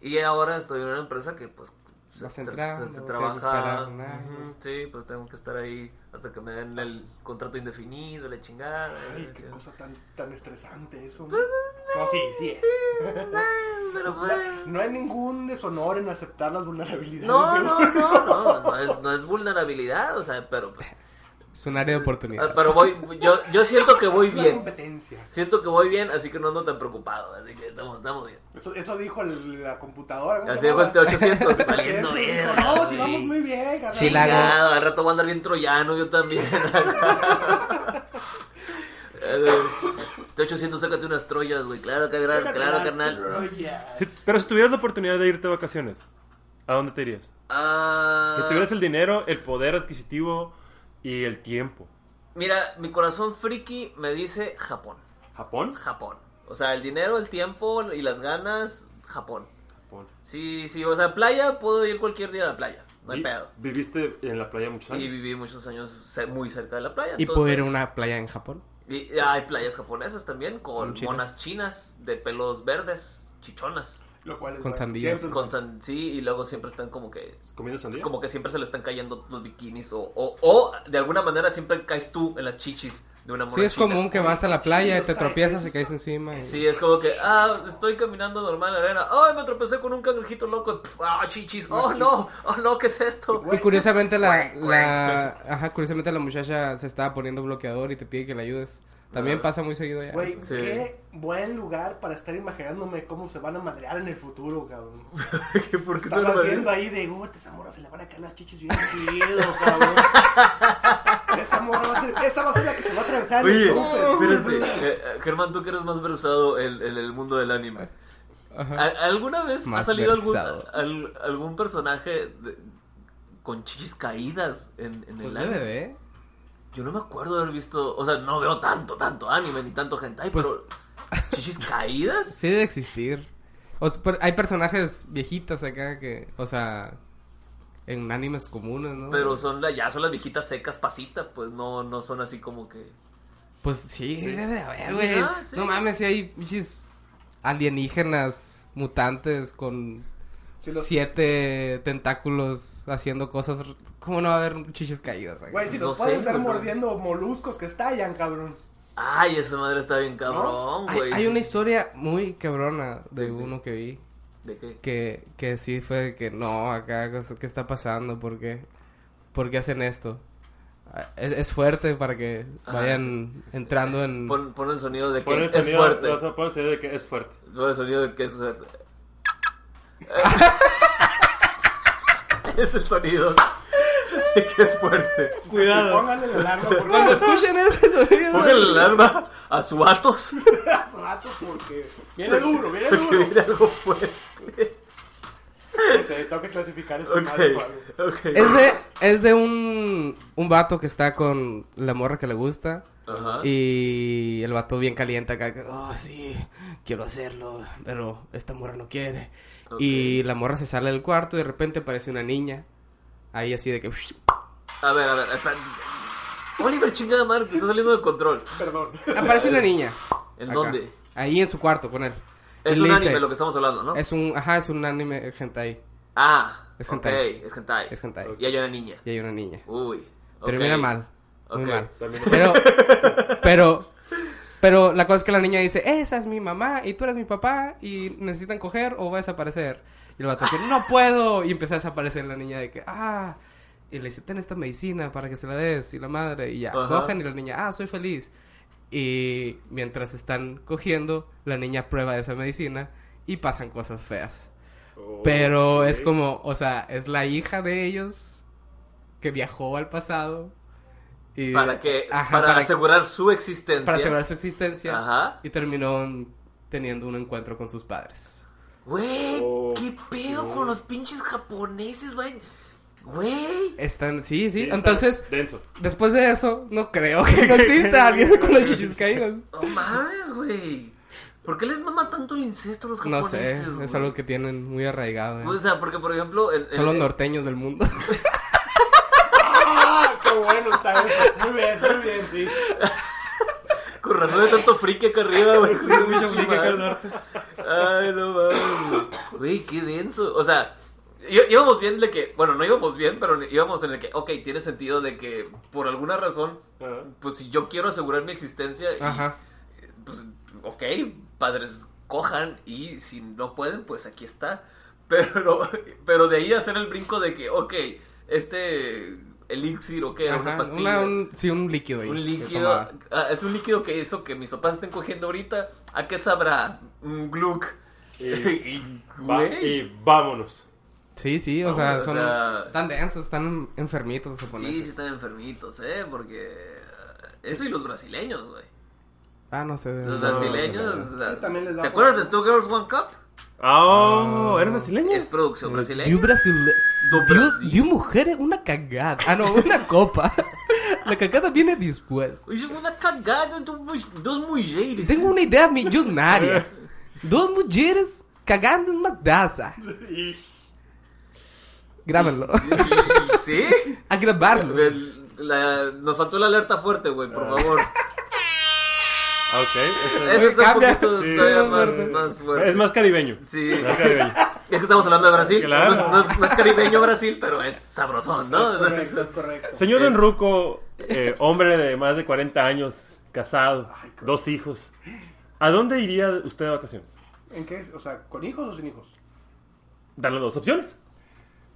[SPEAKER 2] Y ahora estoy en una empresa que, pues, se,
[SPEAKER 1] Vas
[SPEAKER 2] tra-
[SPEAKER 1] entrando,
[SPEAKER 2] se- se
[SPEAKER 1] tienes que
[SPEAKER 2] trabaja.
[SPEAKER 1] esperar, nada.
[SPEAKER 2] Ujú, sí, pues tengo que estar ahí hasta que me den el contrato indefinido, la chingada. eh,
[SPEAKER 4] Ay,
[SPEAKER 2] y
[SPEAKER 4] qué
[SPEAKER 2] así.
[SPEAKER 4] cosa tan, tan estresante eso. ¿no? No, sí, sí.
[SPEAKER 2] Ah, pero pues...
[SPEAKER 4] No hay ningún deshonor en aceptar las vulnerabilidades.
[SPEAKER 2] No,
[SPEAKER 4] ¿eh?
[SPEAKER 2] no, no, no, no es, no es vulnerabilidad, o sea, pero pues... ah,
[SPEAKER 1] Es un área de oportunidad.
[SPEAKER 2] Pero voy, yo, yo siento que voy
[SPEAKER 4] Es una
[SPEAKER 2] bien.
[SPEAKER 4] competencia.
[SPEAKER 2] Siento que voy bien, así que no ando tan preocupado, así que estamos, estamos bien.
[SPEAKER 4] Eso, eso dijo el- la computadora. ¿cómo
[SPEAKER 2] Así
[SPEAKER 4] se
[SPEAKER 2] de
[SPEAKER 4] llama?
[SPEAKER 2] cuenta 800,
[SPEAKER 4] Sí,
[SPEAKER 2] valiendo
[SPEAKER 4] dijo,
[SPEAKER 2] verga.
[SPEAKER 4] No, si
[SPEAKER 2] güey.
[SPEAKER 4] vamos muy bien, carnal.
[SPEAKER 1] Sí, la-
[SPEAKER 2] Chingado, al rato voy a andar bien troyano, yo también. Te 800, Este, sácate unas troyas, güey. Claro, carnal, claro, carnal.
[SPEAKER 4] Oh, yes.
[SPEAKER 3] Si- pero si tuvieras la oportunidad de irte de vacaciones, ¿a dónde te irías? Si
[SPEAKER 2] Ah,
[SPEAKER 3] tuvieras el dinero, el poder adquisitivo y el tiempo.
[SPEAKER 2] mira, mi corazón friki me dice Japón.
[SPEAKER 3] ¿Japón?
[SPEAKER 2] Japón. O sea, el dinero, el tiempo y las ganas, Japón.
[SPEAKER 3] Japón.
[SPEAKER 2] Sí, sí, o sea, playa, puedo ir cualquier día a la playa. No hay
[SPEAKER 3] Vi-
[SPEAKER 2] pedo.
[SPEAKER 3] Viviste en la playa muchos años.
[SPEAKER 2] Y viví muchos años ce- muy cerca de la playa.
[SPEAKER 1] y
[SPEAKER 2] Ah, entonces-
[SPEAKER 1] poder ir a una playa en Japón.
[SPEAKER 2] Y y hay playas japonesas también con
[SPEAKER 1] Con chinas.
[SPEAKER 2] monas chinas de pelos verdes, chichonas.
[SPEAKER 4] Lo cual es
[SPEAKER 1] Con
[SPEAKER 4] bueno.
[SPEAKER 1] sandías.
[SPEAKER 4] Siempre-
[SPEAKER 2] Con san- sí, y luego siempre están como que
[SPEAKER 3] ¿Comiendo sandía?
[SPEAKER 2] como que siempre se le están cayendo los bikinis o, o, o de alguna manera siempre caes tú en las chichis de una mona
[SPEAKER 1] Sí, es
[SPEAKER 2] china.
[SPEAKER 1] común que vas a la playa y te tropiezas y caes encima. y-
[SPEAKER 2] Sí, es como que, ah, estoy caminando normal en la arena. Ay, me tropecé con un cangrejito loco. Pff, Ah, chichis. Oh, no. Oh, no, ¿qué es esto?
[SPEAKER 1] Y curiosamente la, la- ajá, curiosamente la muchacha se estaba poniendo bloqueador y te pide que la ayudes. También pasa muy seguido ya.
[SPEAKER 4] Güey,
[SPEAKER 2] Sí.
[SPEAKER 4] qué buen lugar para estar imaginándome cómo se van a madrear en el futuro, cabrón.
[SPEAKER 2] ¿Por qué se
[SPEAKER 4] Estabas
[SPEAKER 2] lo-
[SPEAKER 4] viendo ahí de, "Uh, esa morra se le van a caer las chichis bien chido, cabrón. Esa morra va a ser, esa va a ser la que se va a atravesar en el
[SPEAKER 2] Oye,
[SPEAKER 4] súper.
[SPEAKER 2] espérate. eh, eh, Germán, tú que eres más versado en, en el mundo del anime.
[SPEAKER 1] Ajá.
[SPEAKER 2] ¿Al- ¿Alguna vez ha
[SPEAKER 1] Más
[SPEAKER 2] salido algún,
[SPEAKER 1] versado.
[SPEAKER 2] al- algún personaje de- con chichis caídas en, en
[SPEAKER 1] Pues
[SPEAKER 2] el
[SPEAKER 1] de
[SPEAKER 2] anime?
[SPEAKER 1] bebé.
[SPEAKER 2] Yo no me acuerdo de haber visto, o sea, no veo tanto, tanto anime ni tanto hentai,
[SPEAKER 1] Pues-
[SPEAKER 2] pero chichis caídas.
[SPEAKER 1] Sí debe existir. O sea, pero hay personajes viejitas acá que, o sea, en animes comunes, ¿no?
[SPEAKER 2] Pero son la, ya son las viejitas secas pasitas, pues no, no son así como que.
[SPEAKER 1] Pues sí, debe de haber,
[SPEAKER 2] Sí,
[SPEAKER 1] güey.
[SPEAKER 2] ah, sí.
[SPEAKER 1] No mames, si hay pinches alienígenas, mutantes con
[SPEAKER 4] Sí, los-
[SPEAKER 1] siete tentáculos haciendo cosas. r- ¿Cómo no va a haber chiches caídas? acá?
[SPEAKER 4] Güey, si
[SPEAKER 2] No
[SPEAKER 4] los
[SPEAKER 2] sé,
[SPEAKER 4] pueden estar
[SPEAKER 2] güey, no.
[SPEAKER 4] mordiendo moluscos que estallan, cabrón.
[SPEAKER 2] Ay, esa madre está bien cabrón,
[SPEAKER 1] hay,
[SPEAKER 2] güey.
[SPEAKER 1] hay
[SPEAKER 2] Sí.
[SPEAKER 1] una historia muy cabrona de
[SPEAKER 2] Sí, sí.
[SPEAKER 1] uno que vi
[SPEAKER 2] ¿De qué?
[SPEAKER 1] que, que sí fue de que no, acá, cosa- ¿qué está pasando? ¿Por qué? ¿Por qué hacen esto? Ah, Es, es fuerte para que
[SPEAKER 2] Ajá.
[SPEAKER 1] vayan entrando en...
[SPEAKER 2] Pon, pon el sonido de que
[SPEAKER 3] Pon el
[SPEAKER 2] es, es
[SPEAKER 3] sonido-
[SPEAKER 2] fuerte.
[SPEAKER 3] o sea, pon el sonido de que es fuerte.
[SPEAKER 2] Pon el sonido de que es fuerte. es el sonido de que es fuerte.
[SPEAKER 4] Cuidado. Pónganle la alarma porque
[SPEAKER 1] Cuando escuchen ese sonido...
[SPEAKER 2] Póngale el alarma a su Atos
[SPEAKER 4] las ratos porque viene duro, viene
[SPEAKER 2] porque
[SPEAKER 4] duro.
[SPEAKER 2] viene algo fuerte.
[SPEAKER 4] No sé, tengo que clasificar este madre o algo.
[SPEAKER 2] Ok, ok.
[SPEAKER 1] Es de, es de un, un vato que está con la morra que le gusta.
[SPEAKER 2] Ajá.
[SPEAKER 1] Y el vato bien caliente acá. que, Oh, sí, quiero hacerlo, pero esta morra no quiere.
[SPEAKER 2] Ok.
[SPEAKER 1] Y la morra se sale del cuarto y de repente aparece una niña. Ahí así de que...
[SPEAKER 2] A ver, a ver, espera. Oliver, chingada madre, te está saliendo de control.
[SPEAKER 4] Perdón.
[SPEAKER 1] Aparece una niña.
[SPEAKER 2] ¿En
[SPEAKER 1] Acá.
[SPEAKER 2] dónde?
[SPEAKER 1] Ahí en su cuarto con él.
[SPEAKER 2] Es
[SPEAKER 1] Y
[SPEAKER 2] un
[SPEAKER 1] le
[SPEAKER 2] anime
[SPEAKER 1] dice,
[SPEAKER 2] lo que estamos hablando, ¿no?
[SPEAKER 1] Es un... Ajá, es un anime hentai.
[SPEAKER 2] Ah,
[SPEAKER 1] es
[SPEAKER 2] es
[SPEAKER 1] hentai.
[SPEAKER 2] hentai. Es hentai.
[SPEAKER 1] Es hentai.
[SPEAKER 2] Y hay una niña.
[SPEAKER 1] Y hay una niña.
[SPEAKER 2] Uy. ok.
[SPEAKER 1] Termina mal. Muy
[SPEAKER 2] Ok.
[SPEAKER 1] mal.
[SPEAKER 3] Termina
[SPEAKER 1] Pero, pero, pero la cosa es que la niña dice, esa es mi mamá y tú eres mi papá y necesitan coger o va a desaparecer. Y el vato que no puedo. Y empieza a desaparecer la niña de que, ah. Y le dice, ten esta medicina para que se la des. Y la madre, y ya,
[SPEAKER 2] Ajá.
[SPEAKER 1] cogen. Y la niña, ah, soy feliz. Y mientras están cogiendo, la niña prueba esa medicina y pasan cosas feas. Pero es como, o sea, es la hija de ellos que viajó al pasado. Y,
[SPEAKER 2] Para que,
[SPEAKER 1] Ajá,
[SPEAKER 2] para,
[SPEAKER 1] para-
[SPEAKER 2] asegurar su existencia.
[SPEAKER 1] para asegurar su existencia.
[SPEAKER 2] Ajá.
[SPEAKER 1] Y terminó en- teniendo un encuentro con sus padres.
[SPEAKER 2] Güey,
[SPEAKER 3] Oh,
[SPEAKER 2] qué pedo con los pinches japoneses, güey. Güey.
[SPEAKER 1] Están, sí, sí.
[SPEAKER 3] Sí, está
[SPEAKER 1] Entonces,
[SPEAKER 3] Denso.
[SPEAKER 1] después de eso, no creo que no exista alguien con los chichis caídos.
[SPEAKER 2] No mames, güey. ¿Por qué les mama tanto el incesto a los
[SPEAKER 1] No sé,
[SPEAKER 2] japoneses,
[SPEAKER 1] es
[SPEAKER 2] güey? Pues,
[SPEAKER 1] algo que tienen muy arraigado. ¿eh?
[SPEAKER 2] O sea, porque por ejemplo... El, el-
[SPEAKER 1] Son los
[SPEAKER 2] el-
[SPEAKER 1] norteños del mundo.
[SPEAKER 2] eh,
[SPEAKER 4] ¡Ah! ¡Qué bueno está eso! Muy bien, muy bien, sí.
[SPEAKER 2] Con razón de tanto friki acá arriba, güey.
[SPEAKER 3] mucho friki acá al norte.
[SPEAKER 2] Ay, no mames. güey. Güey, qué denso. O sea, í- íbamos bien de que. Bueno, no íbamos bien, pero íbamos en el que, ok, tiene sentido de que por alguna razón,
[SPEAKER 3] Ajá.
[SPEAKER 2] pues si yo quiero asegurar mi existencia, y,
[SPEAKER 1] Ajá.
[SPEAKER 2] pues, ok, padres cojan y si no pueden, pues aquí está. Pero, pero de ahí hacer el brinco de que, ok, este elixir o qué, eh, una
[SPEAKER 1] Ajá,
[SPEAKER 2] pastilla.
[SPEAKER 1] una- un- sí, un líquido ahí.
[SPEAKER 2] Un
[SPEAKER 1] que
[SPEAKER 2] líquido,
[SPEAKER 1] tomaba.
[SPEAKER 2] ah, es un líquido que hizo que mis papás estén cogiendo ahorita. ¿A qué sabrá? Un gluck.
[SPEAKER 3] Y, y va-
[SPEAKER 2] Güey.
[SPEAKER 3] y vámonos.
[SPEAKER 1] Sí, sí, o
[SPEAKER 2] No,
[SPEAKER 1] sea,
[SPEAKER 2] o
[SPEAKER 1] son
[SPEAKER 2] sea-
[SPEAKER 1] tan densos, están enfermitos los japoneses.
[SPEAKER 2] Sí, sí están enfermitos, ¿eh? Porque... ah, Eso y los brasileños, güey.
[SPEAKER 1] Ah, no sé.
[SPEAKER 2] Los
[SPEAKER 1] no, no sé,
[SPEAKER 2] brasileños...
[SPEAKER 1] no sé.
[SPEAKER 2] o sea,
[SPEAKER 4] Sí, también les da
[SPEAKER 2] ¿Te
[SPEAKER 4] por-
[SPEAKER 2] acuerdas de Two Girls One Cup?
[SPEAKER 3] Ah, oh, ¿eres brasileño?
[SPEAKER 2] Es producción brasileña.
[SPEAKER 1] Dio brasile-
[SPEAKER 2] Do
[SPEAKER 1] dio-
[SPEAKER 2] Brasil.
[SPEAKER 1] dio mujeres una cagada. Ah, no, una copa. La cagada viene después.
[SPEAKER 2] Oye, una cagada, do- dos mulheres.
[SPEAKER 1] Tengo una idea millonaria. Dos mujeres cagando en una taza. Grábenlo.
[SPEAKER 2] ¿Sí?
[SPEAKER 1] A grabarlo.
[SPEAKER 2] El- la- nos faltó la alerta fuerte, güey, por favor.
[SPEAKER 3] Ah, ok. Eso
[SPEAKER 2] Eso es un
[SPEAKER 1] Cambia.
[SPEAKER 2] poquito
[SPEAKER 3] Sí.
[SPEAKER 2] todavía
[SPEAKER 1] Sí,
[SPEAKER 2] más,
[SPEAKER 1] fuerte.
[SPEAKER 2] más
[SPEAKER 3] es-
[SPEAKER 2] fuerte.
[SPEAKER 3] Es más caribeño.
[SPEAKER 2] Sí.
[SPEAKER 3] Más caribeño.
[SPEAKER 2] Es que estamos hablando de Brasil.
[SPEAKER 3] Claro.
[SPEAKER 2] No, es- no es- no es caribeño Brasil, pero es sabrosón, ¿no?
[SPEAKER 4] Es correcto, es correcto.
[SPEAKER 3] Señor
[SPEAKER 2] Es-
[SPEAKER 3] Enruco, eh, hombre de más de 40 años, casado, dos hijos. ¿A dónde iría usted de vacaciones?
[SPEAKER 4] ¿En qué es? O sea, ¿con hijos o sin hijos?
[SPEAKER 3] Dan las dos opciones.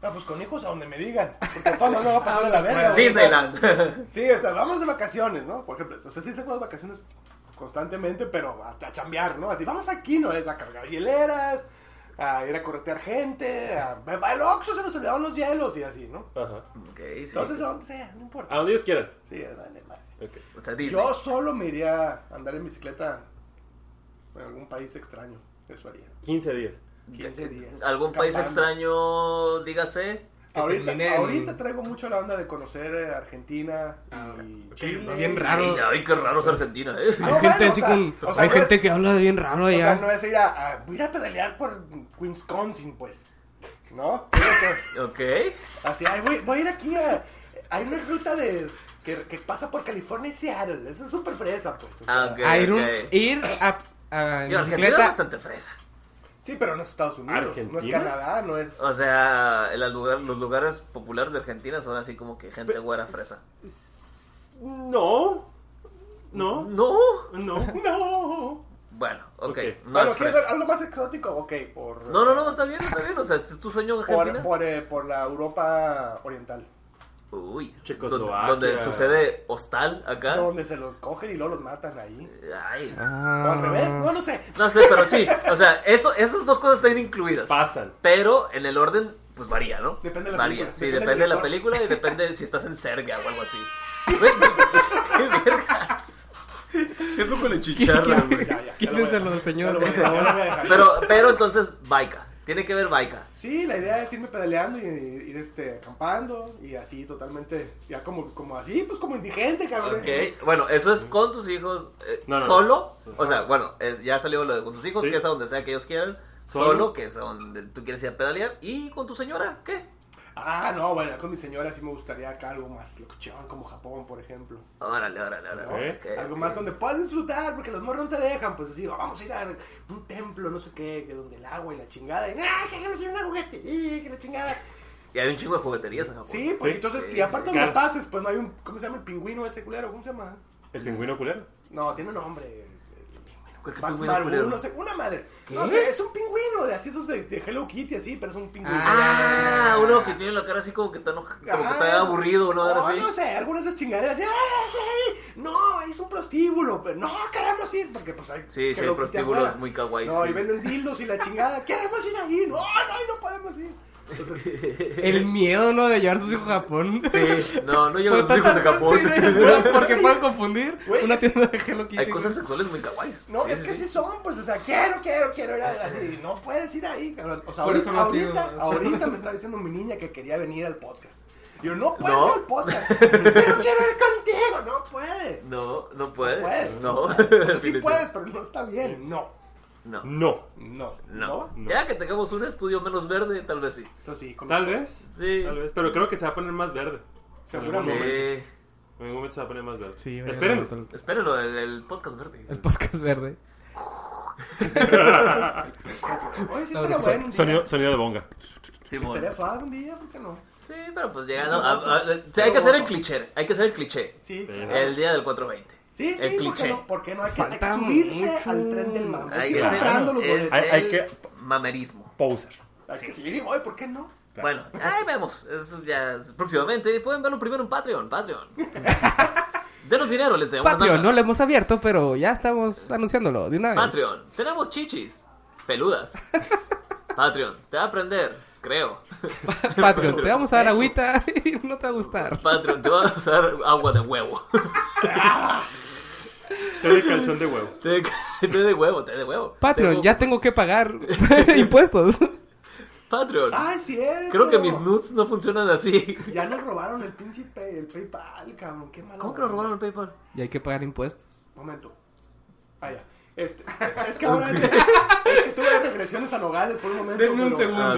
[SPEAKER 4] Ah, pues con hijos a donde me digan. Porque a todas maneras no va a pasar de la verga. güey.
[SPEAKER 2] Disneyland.
[SPEAKER 4] Sí, o sea, vamos de vacaciones, ¿no? Por ejemplo, o sea, sí se fue de vacaciones constantemente, pero a, a chambear, ¿no? Así, vamos aquí, ¿no? Es a cargar hieleras, a ir a corretear gente, a... va el Oxxo, se nos olvidaron los hielos y así, ¿no?
[SPEAKER 3] Ajá.
[SPEAKER 2] ok, sí.
[SPEAKER 4] Entonces, a donde sea, no importa.
[SPEAKER 3] A
[SPEAKER 1] Ah.
[SPEAKER 3] donde ellos quieran.
[SPEAKER 4] Sí, dale, madre.
[SPEAKER 3] Ok.
[SPEAKER 2] o sea, Disney.
[SPEAKER 4] Yo solo me iría a andar en bicicleta en algún país extraño. Eso haría.
[SPEAKER 3] 15 días.
[SPEAKER 4] 15 días.
[SPEAKER 2] ¿Algún país
[SPEAKER 4] Campando.
[SPEAKER 2] extraño, dígase?
[SPEAKER 1] Que
[SPEAKER 4] Ahorita,
[SPEAKER 1] termine en-
[SPEAKER 4] ahorita traigo mucho la onda de conocer eh, Argentina
[SPEAKER 1] Ah,
[SPEAKER 4] y
[SPEAKER 1] ok,
[SPEAKER 4] Chile.
[SPEAKER 1] bien raro.
[SPEAKER 2] Ay, ay, qué raro es Argentina, ¿eh?
[SPEAKER 4] No,
[SPEAKER 1] Hay gente
[SPEAKER 4] bueno,
[SPEAKER 1] así
[SPEAKER 4] o sea,
[SPEAKER 1] con.
[SPEAKER 4] o sea,
[SPEAKER 1] Hay
[SPEAKER 4] no es-
[SPEAKER 1] gente que habla bien raro
[SPEAKER 4] O sea,
[SPEAKER 1] allá.
[SPEAKER 4] no es ir a, a- voy a ir a pedalear por Wisconsin, pues. ¿No? Creo que-
[SPEAKER 2] Ok.
[SPEAKER 4] Así, ay, voy, voy a ir aquí a... Hay una ruta de que, que pasa por California y Seattle. Eso es súper fresa, pues. o sea.
[SPEAKER 2] Ah, ok.
[SPEAKER 1] a ir, un-
[SPEAKER 2] ok.
[SPEAKER 1] ir a, a
[SPEAKER 2] Y Argentina es
[SPEAKER 1] bicicleta.
[SPEAKER 2] bastante fresa.
[SPEAKER 4] Sí, pero no es Estados Unidos. No es
[SPEAKER 3] ¿Argentina?
[SPEAKER 4] Canadá, no es...
[SPEAKER 2] O sea, en las lugar- los lugares populares de Argentina son así como que gente güera fresa.
[SPEAKER 3] No. No.
[SPEAKER 2] No.
[SPEAKER 3] No.
[SPEAKER 4] ¡No!
[SPEAKER 2] Bueno, ok.
[SPEAKER 3] Ok.
[SPEAKER 2] No
[SPEAKER 4] Bueno,
[SPEAKER 2] es
[SPEAKER 4] ¿quieres
[SPEAKER 2] fresa.
[SPEAKER 4] algo más exótico? Ok, por...
[SPEAKER 2] No, no, no, está bien, está bien. O sea, es tu sueño
[SPEAKER 4] Por,
[SPEAKER 2] Argentina.
[SPEAKER 4] por, eh, por la Europa Oriental.
[SPEAKER 2] Uy, donde,
[SPEAKER 3] Checoslovaquia.
[SPEAKER 2] donde sucede hostal acá.
[SPEAKER 4] Donde se los cogen y luego los matan ahí.
[SPEAKER 2] Ay,
[SPEAKER 4] O al revés, no
[SPEAKER 1] Ah,
[SPEAKER 4] lo sé.
[SPEAKER 2] no sé, pero sí. O sea, eso, esas dos cosas están incluidas.
[SPEAKER 3] Pasan.
[SPEAKER 2] Pero en el orden, pues varía, ¿no?
[SPEAKER 4] Depende de la
[SPEAKER 2] varía.
[SPEAKER 4] película,
[SPEAKER 2] Sí,
[SPEAKER 4] depende del
[SPEAKER 2] depende, de
[SPEAKER 4] director.
[SPEAKER 2] la película y depende de si estás en Serbia o algo así. Güey, ¿Qué vergas? ¿Qué fue con la chicharra, güey?
[SPEAKER 4] Ya, ya, ya lo voy a
[SPEAKER 1] Quítense
[SPEAKER 4] dejar.
[SPEAKER 1] los
[SPEAKER 4] Ya
[SPEAKER 1] señor,
[SPEAKER 4] lo voy a
[SPEAKER 1] por
[SPEAKER 4] dejar, ya lo
[SPEAKER 1] favor.
[SPEAKER 4] voy a dejar.
[SPEAKER 2] Pero, pero entonces, Baika. Tiene que ver Baika.
[SPEAKER 4] Sí, la idea es irme pedaleando y ir este, acampando y así totalmente, ya como, como así, pues como indigente, cabrón.
[SPEAKER 2] Ok. Bueno, eso es con tus hijos. eh,
[SPEAKER 3] No, no,
[SPEAKER 2] solo. O sea, bueno, es- ya salió lo de con tus hijos,
[SPEAKER 3] Sí.
[SPEAKER 2] que es a donde sea que ellos quieran.
[SPEAKER 3] Solo.
[SPEAKER 2] Solo, que es a donde tú quieres ir a pedalear. Y con tu señora, ¿qué?
[SPEAKER 4] Ah, no, bueno, con mi señora sí me gustaría acá algo más locuchón, como Japón, por ejemplo.
[SPEAKER 2] Órale, órale, órale.
[SPEAKER 4] ¿no?
[SPEAKER 3] Ok,
[SPEAKER 2] ok,
[SPEAKER 4] algo
[SPEAKER 2] ok.
[SPEAKER 4] más donde puedas disfrutar, porque los morros no te dejan, pues así, vamos a ir a un templo, no sé qué, que donde el agua y la chingada, y ah, que hagamos una juguete, y que la chingada.
[SPEAKER 2] Y hay un chingo de jugueterías en Japón.
[SPEAKER 4] Sí, pues
[SPEAKER 3] Sí.
[SPEAKER 4] entonces, y aparte donde
[SPEAKER 3] Caras.
[SPEAKER 4] pases, pues no hay un, ¿cómo se llama el pingüino ese culero? ¿Cómo se llama?
[SPEAKER 3] El pingüino culero.
[SPEAKER 4] No, tiene nombre.
[SPEAKER 2] ¿Cuál que
[SPEAKER 4] Max
[SPEAKER 2] pingüino
[SPEAKER 4] Marbu,
[SPEAKER 2] culero?
[SPEAKER 4] no sé, una madre.
[SPEAKER 2] ¿Qué?
[SPEAKER 4] No sé, es un pingüino de así esos de, de Hello Kitty así, pero es un pingüino.
[SPEAKER 2] Ah, uno que tiene la cara así como que está, enoja- como que está
[SPEAKER 4] Ajá.
[SPEAKER 2] aburrido, ¿no? Era
[SPEAKER 4] No,
[SPEAKER 2] así.
[SPEAKER 4] no sé, algunas de esas chingaderas. así, "Ah, sí, No, es un prostíbulo, pero no, queremos ir, porque pues hay.
[SPEAKER 2] Sí, sí,
[SPEAKER 4] Hello
[SPEAKER 2] hay
[SPEAKER 4] Kitty
[SPEAKER 2] prostíbulos
[SPEAKER 4] afuera.
[SPEAKER 2] muy kawaii.
[SPEAKER 4] No,
[SPEAKER 2] sí.
[SPEAKER 4] y venden dildos y la chingada. Queremos ir ahí. No, no, y no podemos ir. Entonces,
[SPEAKER 1] El miedo, ¿no? De llevar a sus hijos a Japón.
[SPEAKER 2] Sí, no, no llevan
[SPEAKER 1] Por
[SPEAKER 2] los hijos de
[SPEAKER 1] tantas
[SPEAKER 2] Japón.
[SPEAKER 1] cosas, sí, no, Porque pueden confundir
[SPEAKER 4] Güey,
[SPEAKER 1] una tienda de Hello Kitty.
[SPEAKER 2] Hay cosas sexuales muy kawaii.
[SPEAKER 4] no, es que sí son, pues, o sea, quiero, quiero, quiero ir a- así. No puedes ir ahí, cabrón. O sea,
[SPEAKER 1] Por
[SPEAKER 4] ahorita,
[SPEAKER 1] eso no ha sido,
[SPEAKER 4] ahorita,
[SPEAKER 1] ¿no?
[SPEAKER 4] ahorita me está diciendo mi niña que quería venir al podcast. Yo no puedes
[SPEAKER 2] No.
[SPEAKER 4] ir al podcast. Pero quiero ir contigo. No puedes.
[SPEAKER 2] No, no puede.
[SPEAKER 4] No puedes.
[SPEAKER 2] No,
[SPEAKER 4] O sea, sí
[SPEAKER 2] Definitivamente.
[SPEAKER 4] puedes, pero no está bien. No.
[SPEAKER 2] No.
[SPEAKER 3] No.
[SPEAKER 4] No.
[SPEAKER 2] No.
[SPEAKER 4] ¿No?
[SPEAKER 2] Ya que tengamos un estudio menos verde, tal vez sí.
[SPEAKER 4] Eso sí, con-
[SPEAKER 3] Tal vez.
[SPEAKER 2] Sí.
[SPEAKER 3] Tal vez. Pero creo que se va a poner más verde.
[SPEAKER 4] Seguramente.
[SPEAKER 3] En algún momento.
[SPEAKER 2] Sí.
[SPEAKER 3] En algún momento se va a poner más verde.
[SPEAKER 1] Sí, oye,
[SPEAKER 3] Espérenlo.
[SPEAKER 1] Roberto,
[SPEAKER 2] Espérenlo, el, el podcast verde.
[SPEAKER 1] El podcast verde.
[SPEAKER 4] Oye, sí
[SPEAKER 1] No,
[SPEAKER 4] estaría
[SPEAKER 1] so-
[SPEAKER 4] bueno un día.
[SPEAKER 3] Sonido, sonido de bonga.
[SPEAKER 2] Sí,
[SPEAKER 4] Estaría suave un día, ¿por qué no?
[SPEAKER 2] Sí, pero pues llegando. a- a- sí, hay que hacer el cliché. Hay que hacer el cliché.
[SPEAKER 4] Sí.
[SPEAKER 3] Pero-
[SPEAKER 4] claro.
[SPEAKER 2] El día del 420.
[SPEAKER 4] Sí, sí,
[SPEAKER 2] El
[SPEAKER 4] porque
[SPEAKER 2] cliché.
[SPEAKER 4] no, porque no hay que, hay que
[SPEAKER 1] Falta
[SPEAKER 4] subirse
[SPEAKER 1] mucho.
[SPEAKER 4] al tren del mame.
[SPEAKER 2] Hay
[SPEAKER 4] Hay que
[SPEAKER 2] que
[SPEAKER 4] ir
[SPEAKER 2] ser-
[SPEAKER 4] comprando los
[SPEAKER 2] es
[SPEAKER 4] boletos.
[SPEAKER 3] Hay- hay
[SPEAKER 2] el
[SPEAKER 3] que-
[SPEAKER 2] mamerismo.
[SPEAKER 3] Poser.
[SPEAKER 4] Hay que seguir y voy, ¿por qué no?
[SPEAKER 2] Bueno, ahí vemos. Eso ya próximamente. Pueden verlo primero en Patreon. Patreon. Denos dinero, les damos
[SPEAKER 1] Patreon,
[SPEAKER 2] nalgas.
[SPEAKER 1] no lo hemos abierto, pero ya estamos anunciándolo de una vez.
[SPEAKER 2] Patreon, tenemos chichis peludas. Patreon, te va a aprender, creo.
[SPEAKER 1] Patreon, te vamos a dar agüita y no te va a gustar.
[SPEAKER 2] Patreon, te va a usar agua de huevo.
[SPEAKER 3] Té de calzón de huevo.
[SPEAKER 2] Te, de huevo, te de huevo.
[SPEAKER 1] Patreon, ya tengo que pagar impuestos.
[SPEAKER 2] Patreon.
[SPEAKER 4] Ah, es cierto.
[SPEAKER 2] Creo que mis nudes no funcionan así.
[SPEAKER 4] Ya nos robaron el pinche pay, el PayPal, cabrón. Qué malo.
[SPEAKER 2] ¿Cómo que nos robaron el PayPal?
[SPEAKER 1] Y hay que pagar impuestos.
[SPEAKER 4] Momento. Vaya. Este, es que ahora es que tuve regresiones a Nogales por un momento.
[SPEAKER 1] Denme un
[SPEAKER 4] pero-
[SPEAKER 1] segundo.
[SPEAKER 2] Ah,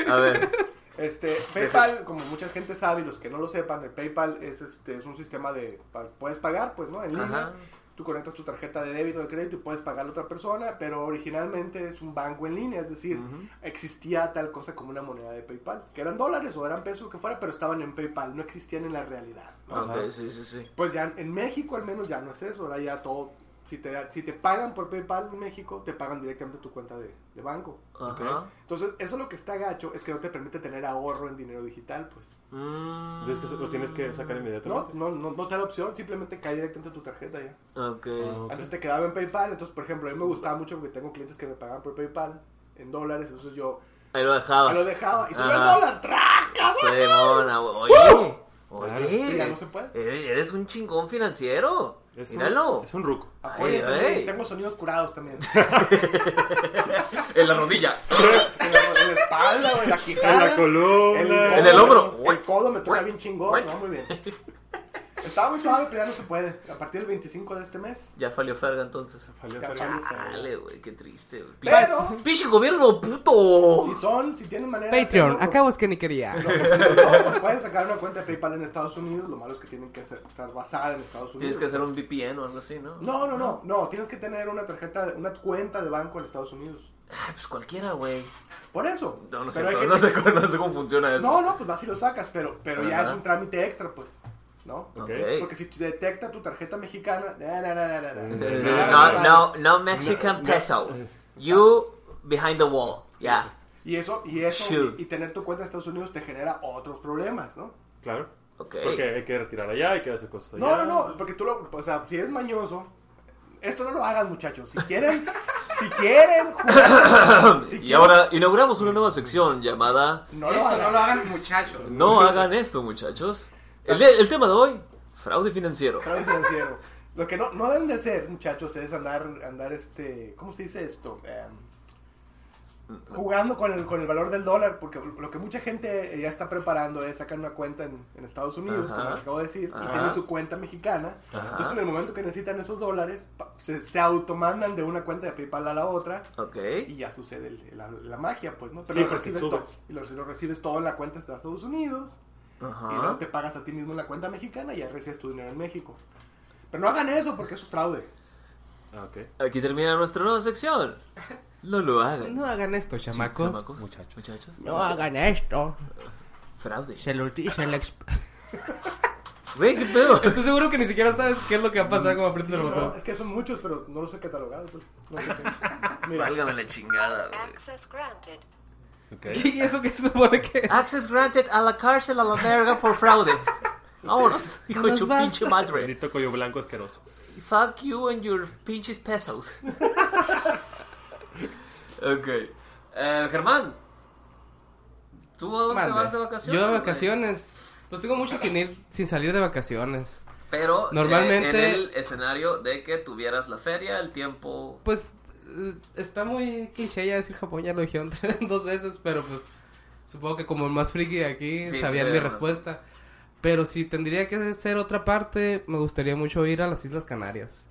[SPEAKER 2] ok, a ver.
[SPEAKER 4] Este, PayPal, como mucha gente sabe y los que no lo sepan, el PayPal es, este, es un sistema de, pa- puedes pagar, pues, ¿no? En línea.
[SPEAKER 2] Ajá.
[SPEAKER 4] Tú conectas tu tarjeta de débito o de crédito y puedes pagar a otra persona, pero originalmente es un banco en línea, es decir, existía tal cosa como una moneda de PayPal, que eran dólares o eran pesos, lo que fuera, pero estaban en PayPal, no existían en la realidad. ¿no?
[SPEAKER 2] Ok, sí, sí, sí.
[SPEAKER 4] Pues ya en México al menos ya no es eso, ahora ya todo, si te, da- si te pagan por PayPal en México, te pagan directamente tu cuenta de, de banco.
[SPEAKER 2] Ajá.
[SPEAKER 4] Entonces, eso lo que está gacho es que no te permite tener ahorro en dinero digital, pues.
[SPEAKER 2] Mm.
[SPEAKER 3] Entonces que lo tienes que sacar
[SPEAKER 4] No,
[SPEAKER 3] inmediatamente.
[SPEAKER 4] no, no, no te da la opción, simplemente cae directamente a tu tarjeta ya.
[SPEAKER 2] Ok.
[SPEAKER 3] Ok.
[SPEAKER 4] Antes te quedaba en PayPal, entonces, por ejemplo, a mí me gustaba mucho porque tengo clientes que me pagaban por PayPal en dólares, entonces yo
[SPEAKER 2] Ahí lo dejabas.
[SPEAKER 4] me lo dejaba y subía el
[SPEAKER 2] Ah, Ajá.
[SPEAKER 4] dólar, ¡tracas!
[SPEAKER 2] Sí, mona, oye. Oye,
[SPEAKER 4] Ya no se puede.
[SPEAKER 2] eres- eres un chingón financiero.
[SPEAKER 3] Es
[SPEAKER 2] Míralo.
[SPEAKER 3] un, es un ruco.
[SPEAKER 4] Apóyense,
[SPEAKER 2] Ay, ay.
[SPEAKER 4] tengo sonidos curados también.
[SPEAKER 2] En la rodilla.
[SPEAKER 4] en, la, en la espalda, o en la quijada.
[SPEAKER 3] En la columna.
[SPEAKER 2] En el hombro.
[SPEAKER 4] Ah. El codo me toca bien chingón, ¿no? Muy bien. Estaba muy suave, pero ya no se puede. A partir del 25 de este mes.
[SPEAKER 2] Ya falló Ferga entonces.
[SPEAKER 3] Valió
[SPEAKER 4] Ya,
[SPEAKER 3] verga.
[SPEAKER 2] Dale, güey, qué triste, güey.
[SPEAKER 4] Pero-
[SPEAKER 2] ¡Pinche gobierno, puto!
[SPEAKER 4] Si son, si tienen manera de
[SPEAKER 1] Patreon,
[SPEAKER 4] hacerlo,
[SPEAKER 1] acá vos que ni quería.
[SPEAKER 4] No, pues pueden sacar una cuenta de PayPal en Estados Unidos, lo malo es que tienen que ser- estar basada en Estados Unidos.
[SPEAKER 2] Tienes que hacer un VPN o algo así, ¿no?
[SPEAKER 4] No, no, no, no, tienes que tener una tarjeta, una cuenta de banco en Estados Unidos.
[SPEAKER 2] Ah, pues cualquiera, güey.
[SPEAKER 4] Por eso.
[SPEAKER 2] No, no sé,
[SPEAKER 4] Pero hay
[SPEAKER 2] no,
[SPEAKER 4] gente
[SPEAKER 2] sé
[SPEAKER 4] que-
[SPEAKER 2] cómo, no sé cómo funciona eso.
[SPEAKER 4] No, no, pues vas y lo sacas, pero, pero ya
[SPEAKER 2] Ajá.
[SPEAKER 4] es un trámite extra, pues, ¿no?
[SPEAKER 3] Ok.
[SPEAKER 4] Porque si te detecta tu tarjeta mexicana, na, na, na, na, na, na.
[SPEAKER 3] Eh,
[SPEAKER 2] No, no, no Mexican
[SPEAKER 3] No, no.
[SPEAKER 2] peso. You behind the wall. Ya.
[SPEAKER 4] Y eso, y eso,
[SPEAKER 2] Shoot.
[SPEAKER 4] y, y tener tu cuenta en Estados Unidos te genera otros problemas, ¿no?
[SPEAKER 3] Claro.
[SPEAKER 2] Ok.
[SPEAKER 3] Porque hay que retirar allá, hay que hacer cosas allá.
[SPEAKER 4] No, Pues no, no, porque tú lo, o sea, si eres mañoso, esto no lo hagan, muchachos. Si quieren, si quieren jugar, si
[SPEAKER 2] Y
[SPEAKER 4] quieren-
[SPEAKER 2] ahora inauguramos una nueva sección llamada
[SPEAKER 4] no lo hagan.
[SPEAKER 1] hagas, muchachos.
[SPEAKER 2] No hagan esto, muchachos. El, de- el tema de hoy, fraude financiero.
[SPEAKER 4] Fraude financiero. Lo que no, no deben de hacer, muchachos, es andar, andar este, ¿cómo se dice esto? Em, jugando con el, con el valor del dólar, porque lo que mucha gente eh, ya está preparando es sacar una cuenta en, en Estados Unidos,
[SPEAKER 2] Ajá.
[SPEAKER 4] como les acabo de decir,
[SPEAKER 2] Ajá.
[SPEAKER 4] y tienen su cuenta mexicana.
[SPEAKER 2] Ajá.
[SPEAKER 4] Entonces, en el momento que necesitan esos dólares, pa- se, se automandan de una cuenta de PayPal a la otra.
[SPEAKER 2] Ok.
[SPEAKER 4] Y ya sucede el- la, la magia, pues, ¿no? Pero
[SPEAKER 3] Sí,
[SPEAKER 4] lo,
[SPEAKER 3] porque
[SPEAKER 4] recibes
[SPEAKER 3] sube.
[SPEAKER 4] todo, y lo, lo recibes todo en la cuenta de Estados Unidos. Y luego
[SPEAKER 2] Ajá.
[SPEAKER 4] te pagas a ti mismo en la cuenta mexicana y ya recibes tu dinero en México. Pero no hagan eso porque eso es fraude.
[SPEAKER 3] Ah, ok.
[SPEAKER 2] Aquí termina nuestra nueva sección. No lo hagan.
[SPEAKER 1] No hagan esto, chamacos.
[SPEAKER 2] Muchachos. Muchachos.
[SPEAKER 1] No hagan esto.
[SPEAKER 2] Fraude.
[SPEAKER 1] Se lo dice el ex-
[SPEAKER 2] Güey, qué pedo.
[SPEAKER 1] Estoy seguro que ni siquiera sabes qué es lo que va a pasar cuando aprietas el
[SPEAKER 4] No,
[SPEAKER 1] botón.
[SPEAKER 4] es que son muchos, pero no los he catalogado. pues, no sé qué. Mira,
[SPEAKER 2] Válgame la chingada, güey.
[SPEAKER 6] Access granted.
[SPEAKER 3] Ok.
[SPEAKER 1] ¿Y eso que se supone que
[SPEAKER 2] Access granted a la cárcel a la verga por fraude. Vámonos, hijo de
[SPEAKER 1] nos
[SPEAKER 2] su
[SPEAKER 1] basta.
[SPEAKER 2] pinche madre.
[SPEAKER 3] Maldito cuello blanco asqueroso.
[SPEAKER 2] Fuck you and your pinches pesos. ok. Eh, Germán. ¿Tú a dónde
[SPEAKER 1] Mande.
[SPEAKER 2] vas de vacaciones?
[SPEAKER 1] Yo de
[SPEAKER 2] güey?
[SPEAKER 1] vacaciones. Pues tengo mucho sin ir, sin salir de vacaciones.
[SPEAKER 2] Pero
[SPEAKER 1] Normalmente-
[SPEAKER 2] normalmente en el escenario de que tuvieras la feria, el tiempo.
[SPEAKER 1] Pues eh, está muy cliché ya decir Japón, ya lo dijeron dos veces, pero pues supongo que como el más friki de aquí
[SPEAKER 2] Sí,
[SPEAKER 1] sabían
[SPEAKER 2] sí,
[SPEAKER 1] mi
[SPEAKER 2] ¿verdad?
[SPEAKER 1] respuesta. Pero si tendría que ser otra parte, me gustaría mucho ir a las Islas Canarias.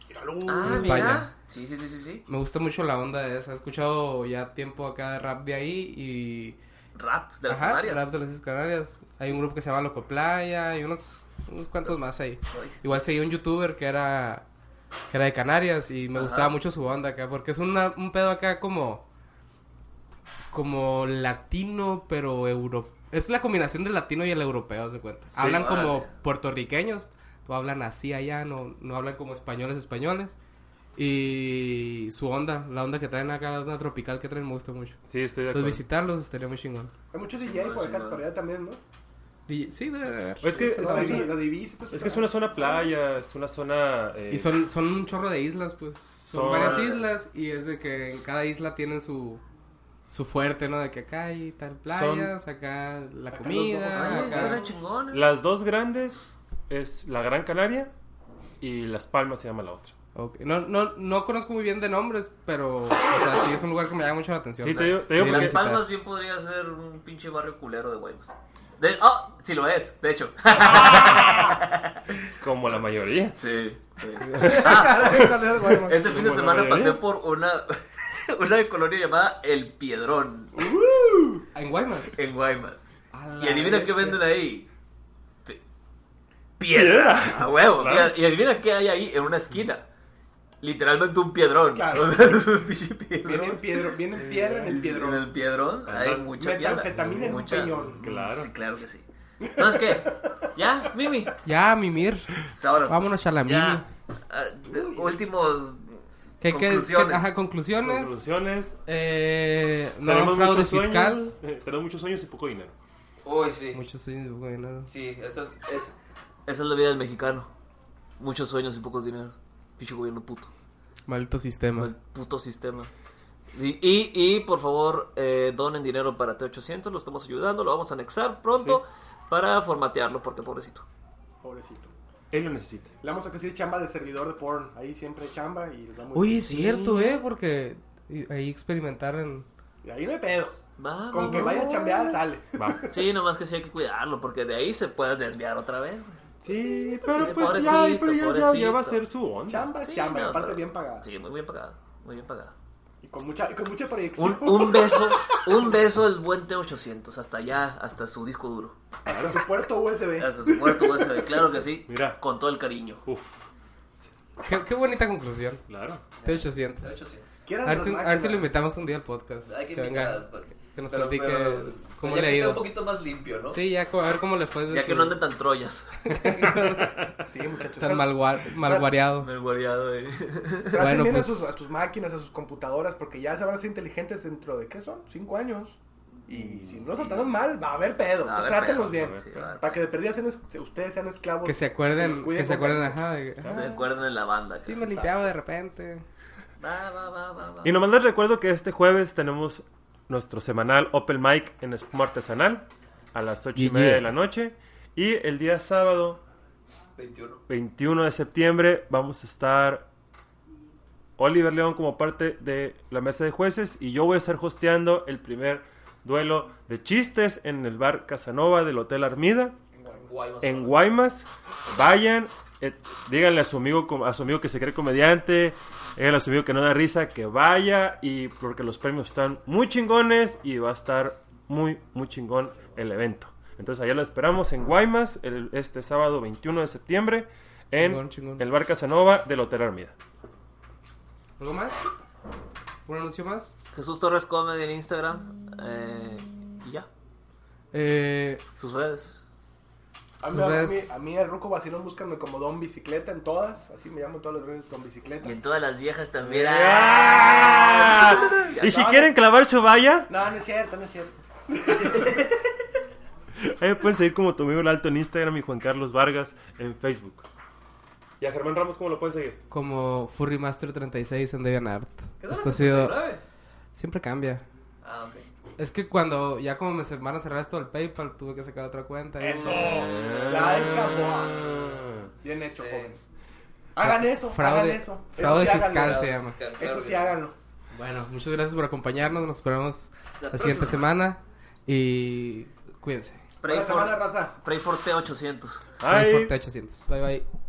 [SPEAKER 2] Ah,
[SPEAKER 1] en España.
[SPEAKER 2] Sí, sí, sí, sí, sí.
[SPEAKER 1] Me gusta mucho la onda de esa. He escuchado ya tiempo acá de rap de ahí y...
[SPEAKER 2] Rap de las
[SPEAKER 1] Ajá,
[SPEAKER 2] Canarias.
[SPEAKER 1] rap de las Islas Canarias. Hay un grupo que se llama Loco Playa y unos, unos cuantos más ahí.
[SPEAKER 2] Ay.
[SPEAKER 1] Igual seguí un youtuber que era que era de Canarias y me
[SPEAKER 2] Ajá.
[SPEAKER 1] gustaba mucho su onda acá porque es una- un pedo acá como como latino pero europeo. Es la combinación del latino y el europeo, se cuenta.
[SPEAKER 2] Sí,
[SPEAKER 1] Hablan como
[SPEAKER 2] órale.
[SPEAKER 1] puertorriqueños, todo hablan así allá, no, no hablan como españoles españoles. Y su onda, la onda que traen acá, la onda tropical que traen, me gusta mucho.
[SPEAKER 3] Sí, estoy
[SPEAKER 1] Entonces
[SPEAKER 3] de acuerdo.
[SPEAKER 1] visitarlos estaría muy chingón.
[SPEAKER 4] Hay muchos DJ por acá, por allá también, ¿no?
[SPEAKER 1] Y- sí, debe de haber.
[SPEAKER 3] Pues es que, es,
[SPEAKER 4] Los
[SPEAKER 3] que es
[SPEAKER 4] de-
[SPEAKER 3] una-
[SPEAKER 4] los de Ibiza, pues,
[SPEAKER 3] es que es una zona playa, es una zona... eh,
[SPEAKER 1] Y son, son un chorro de islas, pues. Son,
[SPEAKER 3] Son-
[SPEAKER 1] varias islas y es de que en cada isla tienen su, su fuerte, ¿no? De que acá hay tal playas, acá la
[SPEAKER 4] Acá los
[SPEAKER 1] comida,
[SPEAKER 4] bocadillos,
[SPEAKER 2] Ay,
[SPEAKER 1] acá-
[SPEAKER 2] suena chingón. eh.
[SPEAKER 3] Las dos grandes es la Gran Canaria y Las Palmas se llama la otra.
[SPEAKER 1] Ok. No, no, no conozco muy bien de nombres, pero, o sea, sí es un lugar que me llama mucho la atención.
[SPEAKER 3] Sí, te digo- te digo
[SPEAKER 1] De
[SPEAKER 3] porque-
[SPEAKER 2] Las
[SPEAKER 1] visitar.
[SPEAKER 2] Palmas bien podría ser un pinche barrio culero de Guaymas. De... ¡Oh! Sí lo es, de hecho.
[SPEAKER 3] Como la mayoría.
[SPEAKER 2] sí. sí.
[SPEAKER 1] Es-
[SPEAKER 2] Este fin de
[SPEAKER 3] Como la
[SPEAKER 2] semana
[SPEAKER 3] mayoría.
[SPEAKER 2] pasé por una, una colonia llamada El Piedrón,
[SPEAKER 1] en Guaymas.
[SPEAKER 2] en Guaymas.
[SPEAKER 1] A la
[SPEAKER 2] Y adivina qué
[SPEAKER 1] bestia.
[SPEAKER 2] venden ahí. Pi- Piedra. A huevo.
[SPEAKER 3] Claro.
[SPEAKER 2] mira, Y adivina qué hay ahí en una esquina. Literalmente un piedrón.
[SPEAKER 4] Claro.
[SPEAKER 2] O sea, es un pinche
[SPEAKER 4] Viene en
[SPEAKER 2] piedrón.
[SPEAKER 4] piedra, viene en piedra en el
[SPEAKER 2] En
[SPEAKER 4] piedrón.
[SPEAKER 2] el piedrón hay mucha piedra.
[SPEAKER 4] Metanfetamina en un
[SPEAKER 2] mucha... Mm,
[SPEAKER 4] peñón.
[SPEAKER 3] Claro.
[SPEAKER 2] Sí, claro que sí. ¿Sabes qué? ¿Ya, Mimi?
[SPEAKER 1] Ya, Mimir.
[SPEAKER 2] Ahora,
[SPEAKER 1] Vámonos a la Mimi.
[SPEAKER 2] ya. Ah, de- últimos...
[SPEAKER 1] ¿Qué, qué- qué-
[SPEAKER 2] Conclusiones.
[SPEAKER 1] ajá, conclusiones.
[SPEAKER 3] Conclusiones.
[SPEAKER 1] Eh, no
[SPEAKER 3] tenemos
[SPEAKER 1] fraude
[SPEAKER 3] muchos
[SPEAKER 1] fiscal.
[SPEAKER 3] sueños. eh, tenemos muchos sueños y poco dinero.
[SPEAKER 2] Uy, sí.
[SPEAKER 1] Muchos sueños, poco dinero.
[SPEAKER 2] Sí, esa es, es- esa es la vida del mexicano. Muchos sueños y pocos dineros. Pinche gobierno puto.
[SPEAKER 1] Maldito sistema.
[SPEAKER 2] El puto sistema. Y, y, y, por favor, eh, donen dinero para T800. Lo estamos ayudando. Lo vamos a anexar pronto para formatearlo porque pobrecito.
[SPEAKER 4] Pobrecito.
[SPEAKER 3] Él lo necesita.
[SPEAKER 4] Le vamos a conseguir chamba de servidor de porn. Ahí siempre hay chamba y les da muy
[SPEAKER 1] Uy,
[SPEAKER 4] bien.
[SPEAKER 1] es cierto, ¿eh? Porque y- ahí experimentaron.
[SPEAKER 4] Y ahí no hay pedo.
[SPEAKER 2] Va,
[SPEAKER 4] Con
[SPEAKER 2] va,
[SPEAKER 4] que
[SPEAKER 2] va.
[SPEAKER 4] vaya a chambear, sale.
[SPEAKER 3] Va.
[SPEAKER 2] Sí, nomás que sí hay que cuidarlo porque de ahí se puede desviar otra vez. güey.
[SPEAKER 3] Sí, pero
[SPEAKER 2] sí,
[SPEAKER 3] pues
[SPEAKER 2] pobrecito,
[SPEAKER 3] ya, pero ya, ya, ya
[SPEAKER 2] pobrecito.
[SPEAKER 3] va a ser su onda.
[SPEAKER 4] Chamba es
[SPEAKER 2] Sí,
[SPEAKER 4] chamba, y
[SPEAKER 2] no,
[SPEAKER 4] aparte
[SPEAKER 2] pero-
[SPEAKER 4] bien pagada.
[SPEAKER 2] Sí, muy bien pagada. Muy bien pagada.
[SPEAKER 4] Y con mucha, y con mucha proyección.
[SPEAKER 2] Un, un beso, un beso del buen T800. Hasta allá, hasta su disco duro.
[SPEAKER 4] Con su puerto USB.
[SPEAKER 2] Hasta su puerto USB, claro que sí.
[SPEAKER 3] Mira.
[SPEAKER 2] Con todo el cariño.
[SPEAKER 3] Uf,
[SPEAKER 1] Qué, qué bonita conclusión.
[SPEAKER 3] claro.
[SPEAKER 1] T800.
[SPEAKER 4] Quieran
[SPEAKER 1] A ver, si,
[SPEAKER 4] las
[SPEAKER 1] a ver si lo
[SPEAKER 4] máquinas.
[SPEAKER 1] invitamos un día al podcast.
[SPEAKER 2] Hay que,
[SPEAKER 1] Que venga.
[SPEAKER 2] invitar, pues,
[SPEAKER 1] que nos
[SPEAKER 2] pero-
[SPEAKER 1] platique
[SPEAKER 2] pero-
[SPEAKER 1] cómo
[SPEAKER 2] ya
[SPEAKER 1] le ha
[SPEAKER 2] que esté
[SPEAKER 1] ido.
[SPEAKER 2] un poquito más limpio, ¿no?
[SPEAKER 1] Sí, ya, co- a ver cómo le fue. de
[SPEAKER 2] Ya
[SPEAKER 1] su-
[SPEAKER 2] que no ande tan troyas.
[SPEAKER 4] Sí, muchachos.
[SPEAKER 1] tan malgua- malguareado.
[SPEAKER 2] Me he guareado ahí.
[SPEAKER 4] Traten
[SPEAKER 1] Bueno,
[SPEAKER 4] bien
[SPEAKER 1] pues-
[SPEAKER 4] a, sus, a sus máquinas, a sus computadoras, porque ya se van a ser inteligentes dentro de, ¿qué son? Cinco años. Y si no los tratamos mal, va a haber pedo.
[SPEAKER 2] A ver,
[SPEAKER 4] Trátenlos
[SPEAKER 2] pero-
[SPEAKER 4] bien.
[SPEAKER 2] sí, a ver.
[SPEAKER 4] Para que de perdida sean es- ustedes sean esclavos.
[SPEAKER 1] Que se
[SPEAKER 4] Que los
[SPEAKER 1] acuerden,
[SPEAKER 4] cuiden
[SPEAKER 1] que se
[SPEAKER 4] con
[SPEAKER 1] acuerden,
[SPEAKER 4] cariño.
[SPEAKER 1] ajá. de-
[SPEAKER 2] Se
[SPEAKER 1] ah,
[SPEAKER 2] acuerden de la banda.
[SPEAKER 1] sí,
[SPEAKER 2] que-
[SPEAKER 1] me limpiaba de repente.
[SPEAKER 2] Va, va, va, va, va.
[SPEAKER 3] Y nomás les recuerdo que este jueves tenemos nuestro semanal Open Mic en Espuma Artesanal a las ocho y
[SPEAKER 1] Yeah,
[SPEAKER 3] media
[SPEAKER 1] yeah.
[SPEAKER 3] de la noche. Y el día sábado,
[SPEAKER 2] 21.
[SPEAKER 3] 21 de septiembre, vamos a estar Oliver León como parte de la mesa de jueces y yo voy a estar hosteando el primer duelo de chistes en el bar Casanova del Hotel Armida
[SPEAKER 2] Guay, más
[SPEAKER 3] en Guaymas. Vayan, eh, díganle a su amigo com- a su amigo que se cree comediante, díganle a su amigo que no da risa que vaya y porque los premios están muy chingones y va a estar muy muy chingón el evento. Entonces allá lo esperamos en Guaymas el- este sábado 21 de septiembre en
[SPEAKER 1] Chingón, chingón.
[SPEAKER 3] el bar Casanova del Hotel Armida.
[SPEAKER 1] ¿Algo más? ¿Un anuncio más?
[SPEAKER 2] Jesús Torres Comedy en Instagram. Eh, y ya.
[SPEAKER 1] Eh,
[SPEAKER 2] Sus redes.
[SPEAKER 4] A mí,
[SPEAKER 1] Sus
[SPEAKER 4] a mí-
[SPEAKER 1] redes.
[SPEAKER 4] a mí el ruco vacilón búscame como Don Bicicleta en todas. Así me llamo en todas las redes Don Bicicleta.
[SPEAKER 2] Y en todas las viejas también. ¡Ah!
[SPEAKER 3] Y si quieren clavar su valla,
[SPEAKER 4] No, no es cierto, no es cierto.
[SPEAKER 3] ahí me eh, pueden seguir como tu amigo el alto en Instagram y Juan Carlos Vargas en Facebook. ¿Y a Germán Ramos cómo lo pueden seguir?
[SPEAKER 1] como Furry Master 36 en DeviantArt. Esto ha sido. Siempre cambia.
[SPEAKER 2] Ah, ok.
[SPEAKER 1] Es que cuando ya como me se- van a cerrar esto del PayPal, tuve que sacar otra cuenta. y-
[SPEAKER 4] Eso.
[SPEAKER 3] Ah.
[SPEAKER 4] Like a boss. Bien hecho,
[SPEAKER 2] Sí.
[SPEAKER 4] jóvenes. Hagan eso, hagan
[SPEAKER 1] Fraude,
[SPEAKER 4] eso. Eso
[SPEAKER 1] fraude
[SPEAKER 4] sí háganlo.
[SPEAKER 1] fiscal se llama.
[SPEAKER 4] Eso sí, háganlo.
[SPEAKER 1] Bueno, muchas gracias por acompañarnos. Nos esperamos
[SPEAKER 2] La
[SPEAKER 1] la siguiente
[SPEAKER 2] próxima.
[SPEAKER 1] semana. Y cuídense.
[SPEAKER 2] Pray
[SPEAKER 4] Buena semana,
[SPEAKER 2] for,
[SPEAKER 4] raza.
[SPEAKER 2] pray for T800.
[SPEAKER 1] Ay.
[SPEAKER 3] Ay.
[SPEAKER 1] 800. Bye bye.